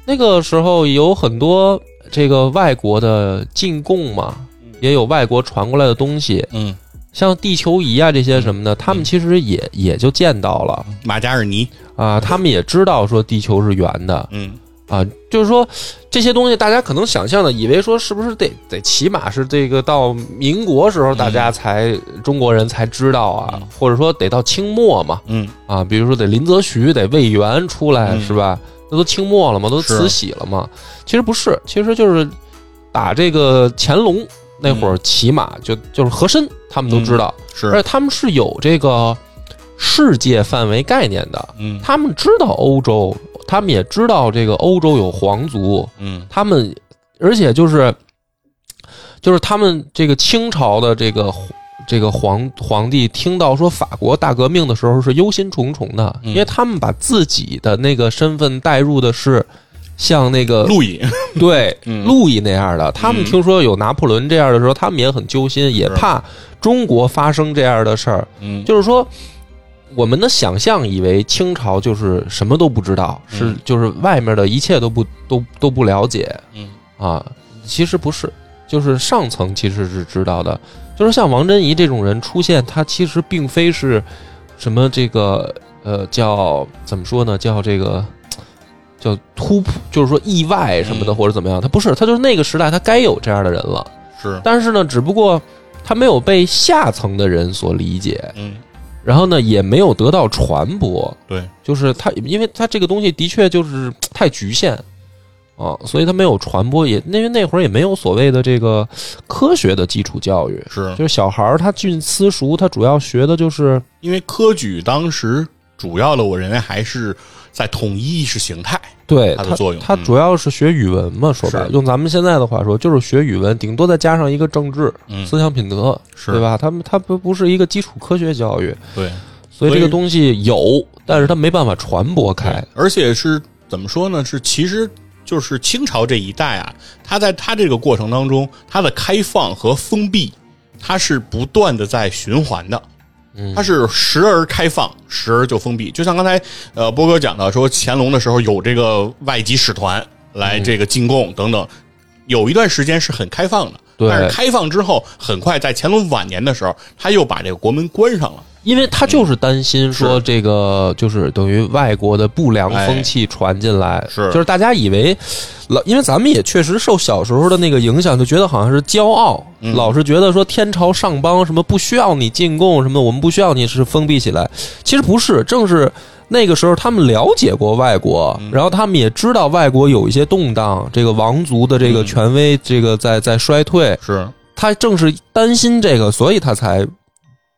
S2: 那个时候有很多这个外国的进贡嘛，也有外国传过来的东西，
S3: 嗯，
S2: 像地球仪啊这些什么的，他们其实也也就见到了
S3: 马加尔尼，
S2: 啊，他们也知道说地球是圆的，
S3: 嗯
S2: 啊，就是说这些东西大家可能想象的，以为说是不是得得起码是这个到民国时候大家才、中国人才知道啊，
S3: 嗯
S2: 或者说得到清末嘛
S3: 嗯
S2: 啊，比如说得林则徐得魏源出来、
S3: 嗯
S2: 是吧？那都清末了嘛，都
S3: 是
S2: 慈禧了嘛？其实不是，其实就是打这个乾隆那会儿骑马就就是和珅他们都知道，而
S3: 嗯是
S2: 且他们是有这个世界范围概念的，
S3: 嗯
S2: 他们知道欧洲，他们也知道这个欧洲有皇族，
S3: 嗯
S2: 他们而且就是就是他们这个清朝的这个这个皇皇帝听到说法国大革命的时候是忧心忡忡的，
S3: 嗯
S2: 因为他们把自己的那个身份带入的是像那个
S3: 路易，
S2: 对
S3: 嗯
S2: 路易那样的，他们
S3: 嗯
S2: 听说有拿破仑这样的时候，他们也很揪心，也
S3: 是
S2: 怕中国发生这样的事儿。
S3: 嗯
S2: 就是说，我们的想象以为清朝就是什么都不知道，
S3: 嗯
S2: 是就是外面的一切都不都都不了解
S3: 嗯
S2: 啊，其实不是，就是上层其实是知道的，就是像王珍怡这种人出现，她其实并非是什么这个呃叫怎么说呢，叫这个。叫突破，就是说意外什么的，
S3: 嗯
S2: 或者怎么样，她不是，她就是那个时代，她该有这样的人了。
S3: 是
S2: 但是呢，只不过她没有被下层的人所理解，
S3: 嗯
S2: 然后呢，也没有得到传播，
S3: 对，
S2: 就是它，因为它这个东西的确就是太局限啊，所以它没有传播，也因为那会儿也没有所谓的这个科学的基础教育，
S3: 是
S2: 就是小孩儿他进私塾，他主要学的就是
S3: 因为科举当时主要的，我认为还是在统一意识形态，
S2: 对
S3: 它的
S2: 他
S3: 作用
S2: 他
S3: 嗯
S2: 主要是学语文嘛，说白了，
S3: 是
S2: 用咱们现在的话说，就是学语文，顶多再加上一个政治、
S3: 嗯
S2: 思想品德，
S3: 是
S2: 对？吧？他们他不不是一个基础科学教育，
S3: 对，
S2: 所以这
S3: 所
S2: 个
S3: 以
S2: 东西有，但是它没办法传播开
S3: 对，而且是怎么说呢？是其实。就是清朝这一代啊，它在它这个过程当中，它的开放和封闭，它是不断的在循环的。
S2: 嗯
S3: 它是时而开放，时而就封闭。就像刚才呃波哥讲到说，乾隆的时候有这个外籍使团来这个进贡等等，有一段时间是很开放的。
S2: 对
S3: 但是开放之后，很快在乾隆晚年的时候，他又把这个国门关上了。
S2: 因为他就是担心说
S3: 是
S2: 这个就是等于外国的不良风气传进来，
S3: 哎是
S2: 就是大家以为老，因为咱们也确实受小时候的那个影响，就觉得好像是骄傲，
S3: 嗯
S2: 老是觉得说天朝上邦什么不需要你进贡什么，我们不需要你是封闭起来，其实不是，正是。那个时候，他们了解过外国，
S3: 嗯
S2: 然后他们也知道外国有一些动荡，这个王族的这个
S3: 嗯
S2: 权威，这个在在衰退，
S3: 是，
S2: 他正是担心这个，所以他才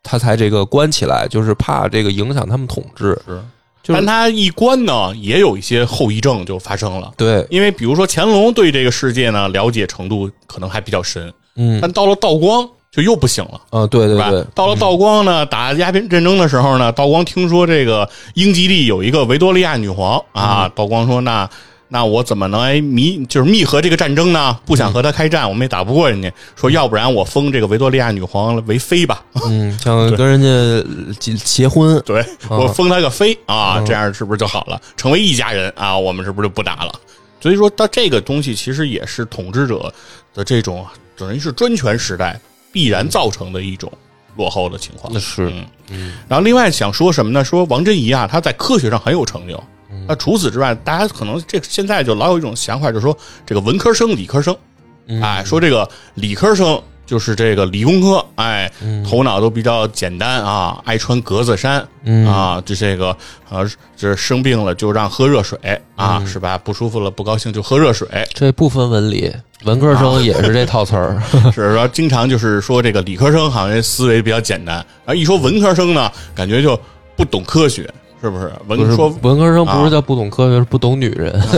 S2: 他才这个关起来，就是怕这个影响他们统治。
S3: 是
S2: 就
S3: 但
S2: 是
S3: 他一关呢，也有一些后遗症就发生了。
S2: 对，
S3: 因为比如说乾隆对这个世界呢了解程度可能还比较深，
S2: 嗯，
S3: 但到了道光就又不行了。
S2: 啊，对对
S3: 是吧？
S2: 对，
S3: 到了道光呢，打鸦片战争的时候
S2: 嗯
S3: 呢，道光听说这个英吉利有一个维多利亚女皇啊，道光说那那我怎么能来弥就是弥合这个战争呢？不想和他开战，我们也打不过人家。说要不然我封这个维多利亚女皇为妃吧，
S2: 嗯，想跟人家结结婚，
S3: 对我封她个妃啊
S2: 嗯，
S3: 这样是不是就好了？成为一家人啊，我们是不是就不打了？所以说，到这个东西其实也是统治者的这种等于是专权时代必然造成的一种落后的情况
S2: 那。是
S3: 嗯，然后另外想说什么呢？说王振仪啊，他在科学上很有成就。
S2: 嗯
S3: 那除此之外，大家可能这现在就老有一种想法，就是说这个文科生、理科生，
S2: 嗯
S3: 哎，说这个理科生就是这个理工科，哎，头脑都比较简单啊，爱穿格子衫
S2: 嗯
S3: 啊，就这个呃，这生病了就让喝热水
S2: 嗯
S3: 啊，是吧？不舒服了不高兴就喝热水，
S2: 这不分文理，文科生也是这套词儿。
S3: 是说经常就是说这个理科生好像思维比较简单，而一说文科生呢，感觉就不懂科学，是不是？
S2: 不
S3: 文啊
S2: 是
S3: 说
S2: 文科生不是叫不懂科学，是不懂女人。
S3: 啊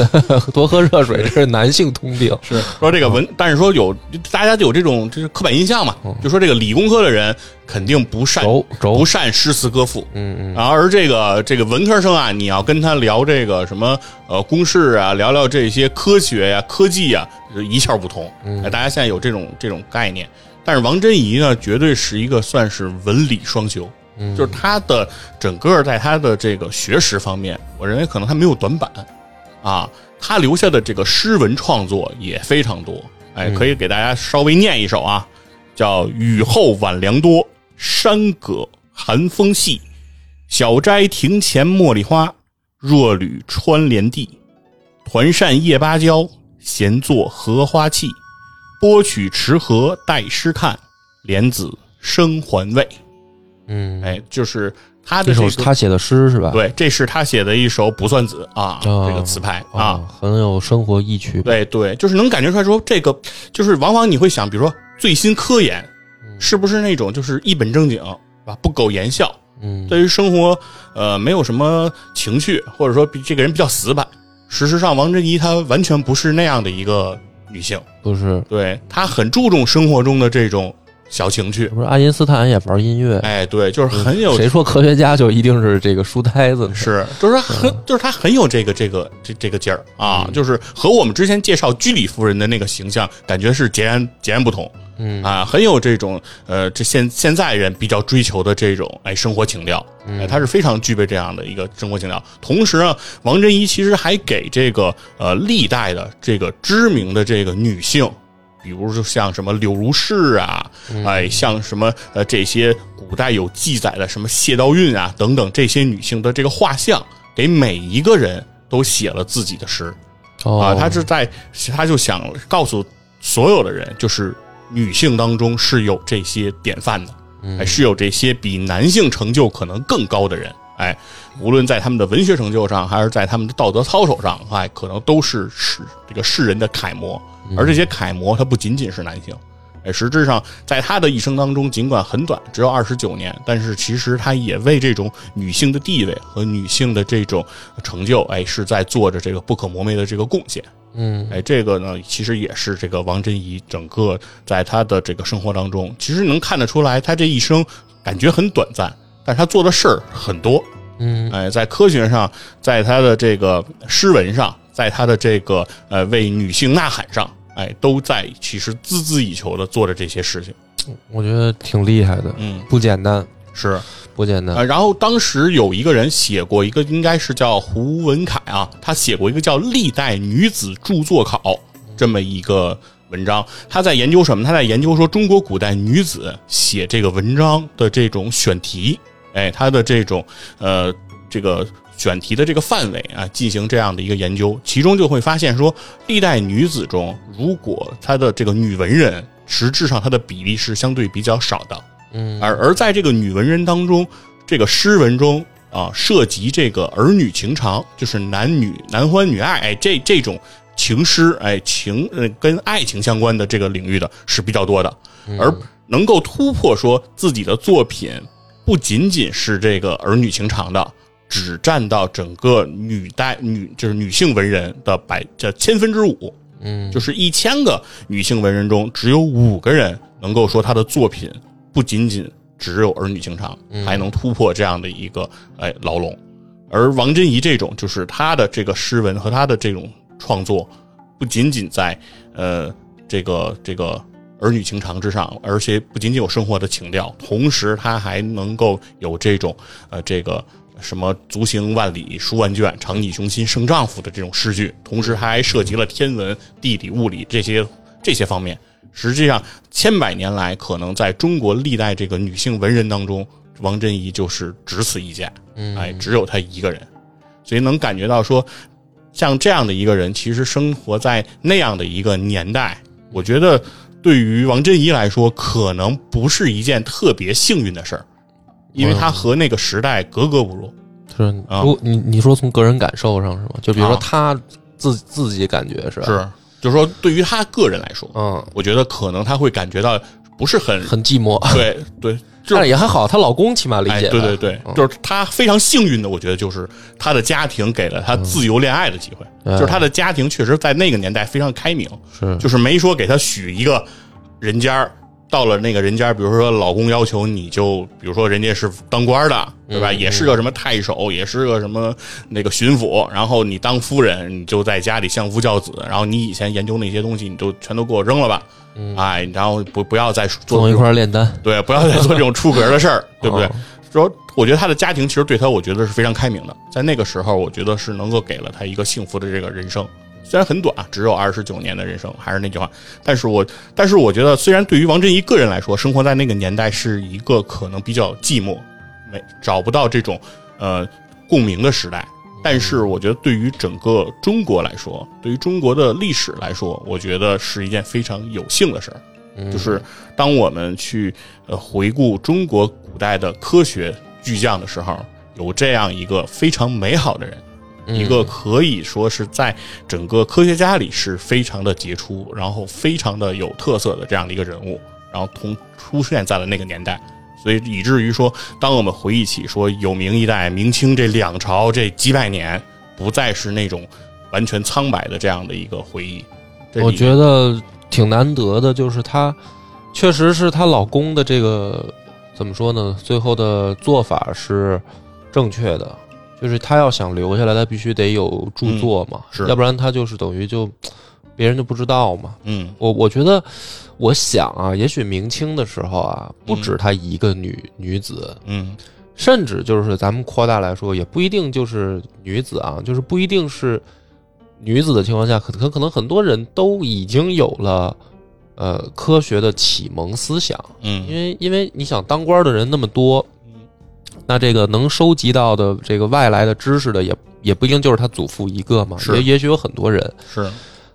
S2: 多喝热水这是男性通病。
S3: 是说这个文，但是说有大家就有这种就是刻板印象嘛，
S2: 嗯
S3: 就说这个理工科的人肯定不善
S2: 轴轴
S3: 不善诗词歌赋，
S2: 嗯嗯，
S3: 然后而这个这个文科生啊，你要跟他聊这个什么呃公式啊，聊聊这些科学呀、科技呀、就是一窍不通。
S2: 嗯
S3: 哎，大家现在有这种这种概念，但是王珍怡呢，绝对是一个算是文理双修，
S2: 嗯
S3: 就是他的整个在他的这个学识方面，我认为可能他没有短板啊，他留下的这个诗文创作也非常多。哎，
S2: 嗯
S3: 可以给大家稍微念一首啊，叫《雨后晚凉多，山葛寒风细》。小斋庭前茉莉花，弱旅穿帘地。团扇夜芭蕉，闲坐荷花气。拨曲池荷待诗看，莲子生还未。
S2: 嗯，
S3: 哎，就是他的
S2: 这首
S3: 个
S2: 是他写的诗是吧？
S3: 对，这是他写的一首《卜算子》啊，
S2: 哦
S3: 这个词牌
S2: 哦
S3: 啊，，
S2: 很有生活意趣。
S3: 对哎对，就是能感觉出来说这个，就是往往你会想，比如说最新科研，是不是那种就是一本正经啊，不苟言笑，
S2: 嗯，
S3: 对于生活，呃，没有什么情绪，或者说比这个人比较死板。事实上，王振一她完全不是那样的一个女性，
S2: 不是，
S3: 对她很注重生活中的这种小情趣。
S2: 不是爱因斯坦也玩音乐。
S3: 哎，对，就是很有
S2: 谁说科学家就一定是这个书呆子呢？
S3: 是，就是她很，就是她很有这个这个这这个劲儿啊，就是和我们之前介绍居里夫人的那个形象，感觉是截然截然不同。
S2: 嗯
S3: 啊，很有这种呃，这现现在人比较追求的这种哎生活情调，哎，她是非常具备这样的一个生活情调。同时呢，王振一其实还给这个呃历代的这个知名的这个女性。比如说像什么柳如是啊，哎，像什么呃这些古代有记载的什么谢道韫啊等等这些女性的这个画像，给每一个人都写了自己的诗啊。
S2: 哦，
S3: 他是在他就想告诉所有的人，就是女性当中是有这些典范的，
S2: 嗯
S3: 哎，是有这些比男性成就可能更高的人。哎，无论在他们的文学成就上，还是在他们的道德操守上，哎，可能都是世这个世人的楷模。而这些楷模，它不仅仅是男性，哎，实质上在他的一生当中，尽管很短，只有二十九年，但是其实他也为这种女性的地位和女性的这种成就，哎，是在做着这个不可磨灭的这个贡献。
S2: 嗯
S3: 哎，这个呢，其实也是这个王振仪整个在他的这个生活当中，其实能看得出来，他这一生感觉很短暂，但是他做的事儿很多。
S2: 嗯，
S3: 哎，在科学上，在他的这个诗文上，在他的这个呃为女性呐喊上，哎，都在其实孜孜以求的做着这些事情。
S2: 嗯我觉得挺厉害的，
S3: 嗯，
S2: 不简单，
S3: 是。
S2: 不简单。
S3: 呃，然后当时有一个人写过一个，应该是叫胡文凯啊，他写过一个叫《历代女子著作考》这么一个文章。他在研究什么？他在研究说中国古代女子写这个文章的这种选题，哎，他的这种呃这个选题的这个范围啊，进行这样的一个研究，其中就会发现说，历代女子中，如果她的这个女文人，实质上她的比例是相对比较少的。
S2: 嗯
S3: 而而在这个女文人当中，这个诗文中啊，涉及这个儿女情长，就是男女男欢女爱，哎，这这种情诗，哎，情呃跟爱情相关的这个领域的是比较多的，而能够突破说自己的作品不仅仅是这个儿女情长的。只占到整个女代女就是女性文人的百这千分之五，
S2: 嗯，
S3: 就是一千个女性文人中，只有五个人能够说她的作品不仅仅只有儿女情长，还能突破这样的一个哎牢笼。而王珍怡这种，就是她的这个诗文和她的这种创作不仅仅在呃这个这个儿女情长之上，而且不仅仅有生活的情调，同时它还能够有这种呃这个什么“足行万里书万卷，常忆雄心胜丈夫”的这种诗句，同时还涉及了天文、地理、物理这些这些方面。实际上，千百年来，可能在中国历代这个女性文人当中，王贞仪就是只此一家，
S2: 嗯
S3: 哎，只有她一个人，所以能感觉到说，像这样的一个人，其实生活在那样的一个年代，我觉得对于王贞仪来说，可能不是一件特别幸运的事儿，因为她和那个时代格格不入。
S2: 是，
S3: 啊
S2: 如果你你说从个人感受上是吗？就比如说
S3: 啊
S2: 他自自己感觉是吧，
S3: 是，就是说对于她个人来说，
S2: 嗯，
S3: 我觉得可能她会感觉到不 是很
S2: 很寂寞，
S3: 对对，就是
S2: 但是也还好，她老公起码理
S3: 哎，
S2: 解，
S3: 对对，对，
S2: 嗯
S3: 就是她非常幸运的，我觉得就是她的家庭给了她自由恋爱的机会，
S2: 嗯
S3: 就是她的家庭确实在那个年代非常开明，
S2: 哎是
S3: 就是没说给她许一个人家儿。到了那个人家儿，比如说老公要求你就，比如说人家是当官的，对
S2: 嗯
S3: 吧？也是个什么太守，也是个什么那个巡抚，然后你当夫人，你就在家里相夫教子，然后你以前研究那些东西，你就全都给我扔了吧，哎，然后不不要再做
S2: 嗯总一块儿炼丹，
S3: 对，啊不要再做这种出格的事儿，对不对？说，我觉得他的家庭其实对他，我觉得是非常开明的，在那个时候，我觉得是能够给了他一个幸福的这个人生。虽然很短，啊只有二十九年的人生，还是那句话，但是我，但是我觉得，虽然对于王振一个人来说，生活在那个年代是一个可能比较寂寞，没找不到这种呃共鸣的时代，但是我觉得对于整个中国来说，对于中国的历史来说，我觉得是一件非常有幸的事儿。
S2: 嗯
S3: 就是当我们去呃回顾中国古代的科学巨匠的时候，有这样一个非常美好的人，
S2: 嗯
S3: 一个可以说是在整个科学家里是非常的杰出，然后非常的有特色的这样的一个人物，然后同出现在了那个年代。所以以至于说，当我们回忆起说有明一代、明清这两朝这几百年，不再是那种完全苍白的这样的一个回忆。这里
S2: 我觉得挺难得的，就是她确实是她老公的这个怎么说呢？最后的做法是正确的，就是她要想留下来，她必须得有著作嘛，
S3: 嗯是
S2: 要不然她就是等于就别人就不知道嘛。
S3: 嗯
S2: 我我觉得，我想啊，也许明清的时候啊，不止她一个女、女子，
S3: 嗯
S2: 甚至就是咱们扩大来说，也不一定就是女子啊，就是不一定是女子的情况下，可可可能很多人都已经有了呃科学的启蒙思想，
S3: 嗯，
S2: 因为因为你想当官的人那么多，那这个能收集到的这个外来的知识的也也不一定就是他祖父一个嘛，
S3: 是
S2: 也也许有很多人，
S3: 是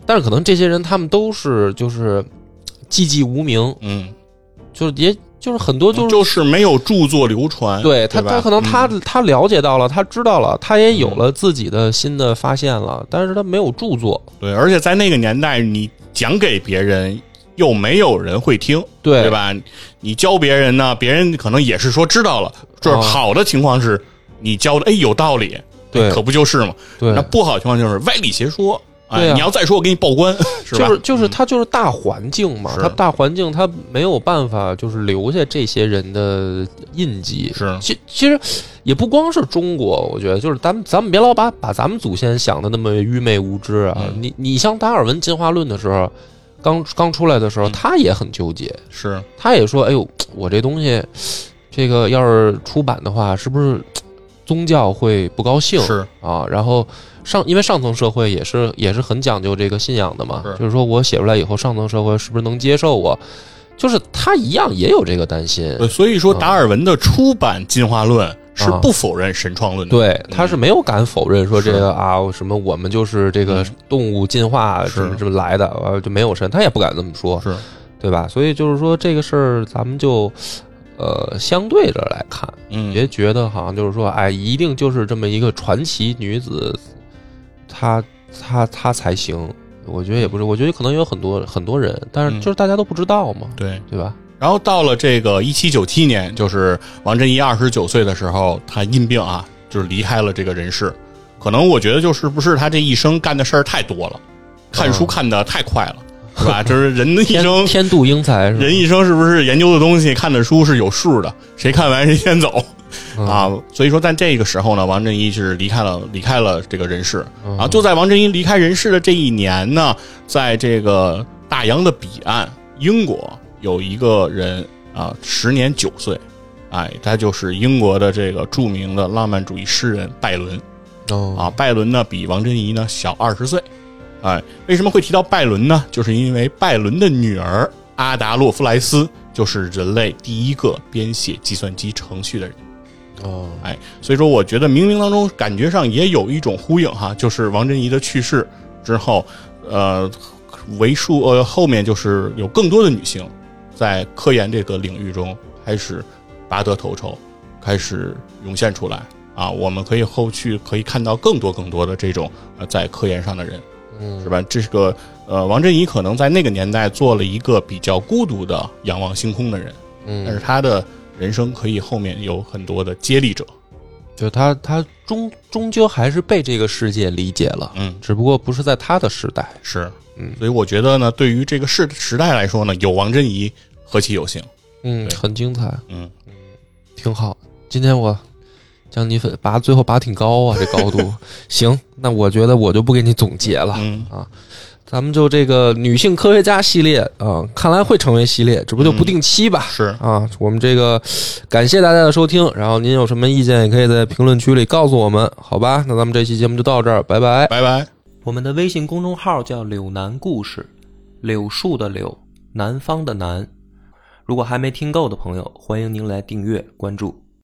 S2: 但是可能这些人他们都是就是寂寂无名，
S3: 嗯。
S2: 就是也就是很多就是
S3: 就是没有著作流传。
S2: 对他，
S3: 哎吧
S2: 他可能他、
S3: 嗯
S2: 他了解到了，他知道了，他也有了自己的新的发现了，但是他没有著作。
S3: 对，而且在那个年代，你讲给别人又没有人会听，
S2: 对
S3: 对吧？你教别人呢，别人可能也是说知道了，就是
S2: 哦
S3: 好的情况是你教的，哎，有道理，
S2: 对
S3: 可不就是嘛？
S2: 对
S3: 那，不好的情况就是歪理邪说。
S2: 对
S3: 哎，
S2: 啊
S3: 你要再说，我给你报官，是吧？嗯
S2: 就是就是他就是大环境嘛，
S3: 是
S2: 他大环境他没有办法就是留下这些人的印记。
S3: 是
S2: 其其实也不光是中国，我觉得就是咱们咱们别老把把咱们祖先想的那么愚昧无知啊。
S3: 嗯
S2: 你你像达尔文进化论的时候，刚刚出来的时候，
S3: 嗯
S2: 他也很纠结。
S3: 是，
S2: 他也说：“哎呦，我这东西，这个要是出版的话，是不是宗教会不高兴
S3: 是
S2: 啊？”然后上，因为上层社会也是也是很讲究这个信仰的嘛，
S3: 是
S2: 就是说我写出来以后，上层社会是不是能接受我？就是他一样也有这个担心，
S3: 对所以说
S2: 嗯
S3: 达尔文的出版进化论是
S2: 啊
S3: 不否认神创论的，
S2: 对，他是没有敢否认说这
S3: 是
S2: 个啊我什么我们就是这个
S3: 嗯
S2: 动物进化
S3: 是
S2: 什么什么来的，呃就没有神，他也不敢这么说，
S3: 是
S2: 对吧？所以就是说这个事儿，咱们就呃相对着来看。
S3: 嗯，
S2: 别觉得好像就是说，哎，一定就是这么一个传奇女子，她她她才行。我觉得也不是，我觉得可能有很多很多人，但是
S3: 嗯
S2: 就是大家都不知道嘛，
S3: 对。
S2: 对吧？
S3: 然后到了这个一七九七年，就是王振一二十九岁的时候，他因病啊，就是离开了这个人世。可能我觉得就是不是他这一生干的事儿太多了，看书看的太快了，是吧？就是人的一
S2: 天
S3: 生，
S2: 天妒英才是吧？
S3: 人一生是不是研究的东西、看的书是有数的？谁看完谁先走
S2: 嗯
S3: 啊？所以说，在这个时候呢，王振一是离开了，离开了这个人世
S2: 嗯
S3: 啊。就在王振一离开人世的这一年呢，在这个大洋的彼岸，英国有一个人啊，时年九岁，哎，他就是英国的这个著名的浪漫主义诗人拜伦。
S2: 哦
S3: 啊，拜伦呢比王珍妮呢小二十岁。哎，为什么会提到拜伦呢？就是因为拜伦的女儿阿达洛夫莱斯就是人类第一个编写计算机程序的人。
S2: 哦，
S3: 哎，所以说我觉得冥冥当中感觉上也有一种呼应哈，就是王珍妮的去世之后，呃，为数呃后面就是有更多的女性在科研这个领域中开始拔得头筹，开始涌现出来啊，我们可以后续可以看到更多更多的这种呃在科研上的人，
S2: 嗯
S3: 是吧？这是个呃王珍妮可能在那个年代做了一个比较孤独的仰望星空的人，但是
S2: 嗯，
S3: 她的人生可以后面有很多的接力者，
S2: 就他他终终究还是被这个世界理解了，
S3: 嗯。
S2: 只不过不是在他的时代。
S3: 是，
S2: 嗯
S3: 所以我觉得呢，对于这个世时代来说呢，有王珍怡何其有幸。
S2: 嗯，
S3: 对
S2: 很精彩，
S3: 嗯，
S2: 挺好。今天我将你粉拔，最后拔挺高啊，这高 度。行，那我觉得我就不给你总结了。
S3: 嗯
S2: 咱们就这个女性科学家系列啊、看来会成为系列，只不过就不定期吧。
S3: 是，
S2: 啊，我们这个感谢大家的收听，然后您有什么意见也可以在评论区里告诉我们，好吧？那咱们这期节目就到这儿，拜拜。
S3: 拜拜。
S4: 我们的微信公众号叫“柳南故事”，柳树的柳，南方的南。如果还没听够的朋友，欢迎您来订阅关注。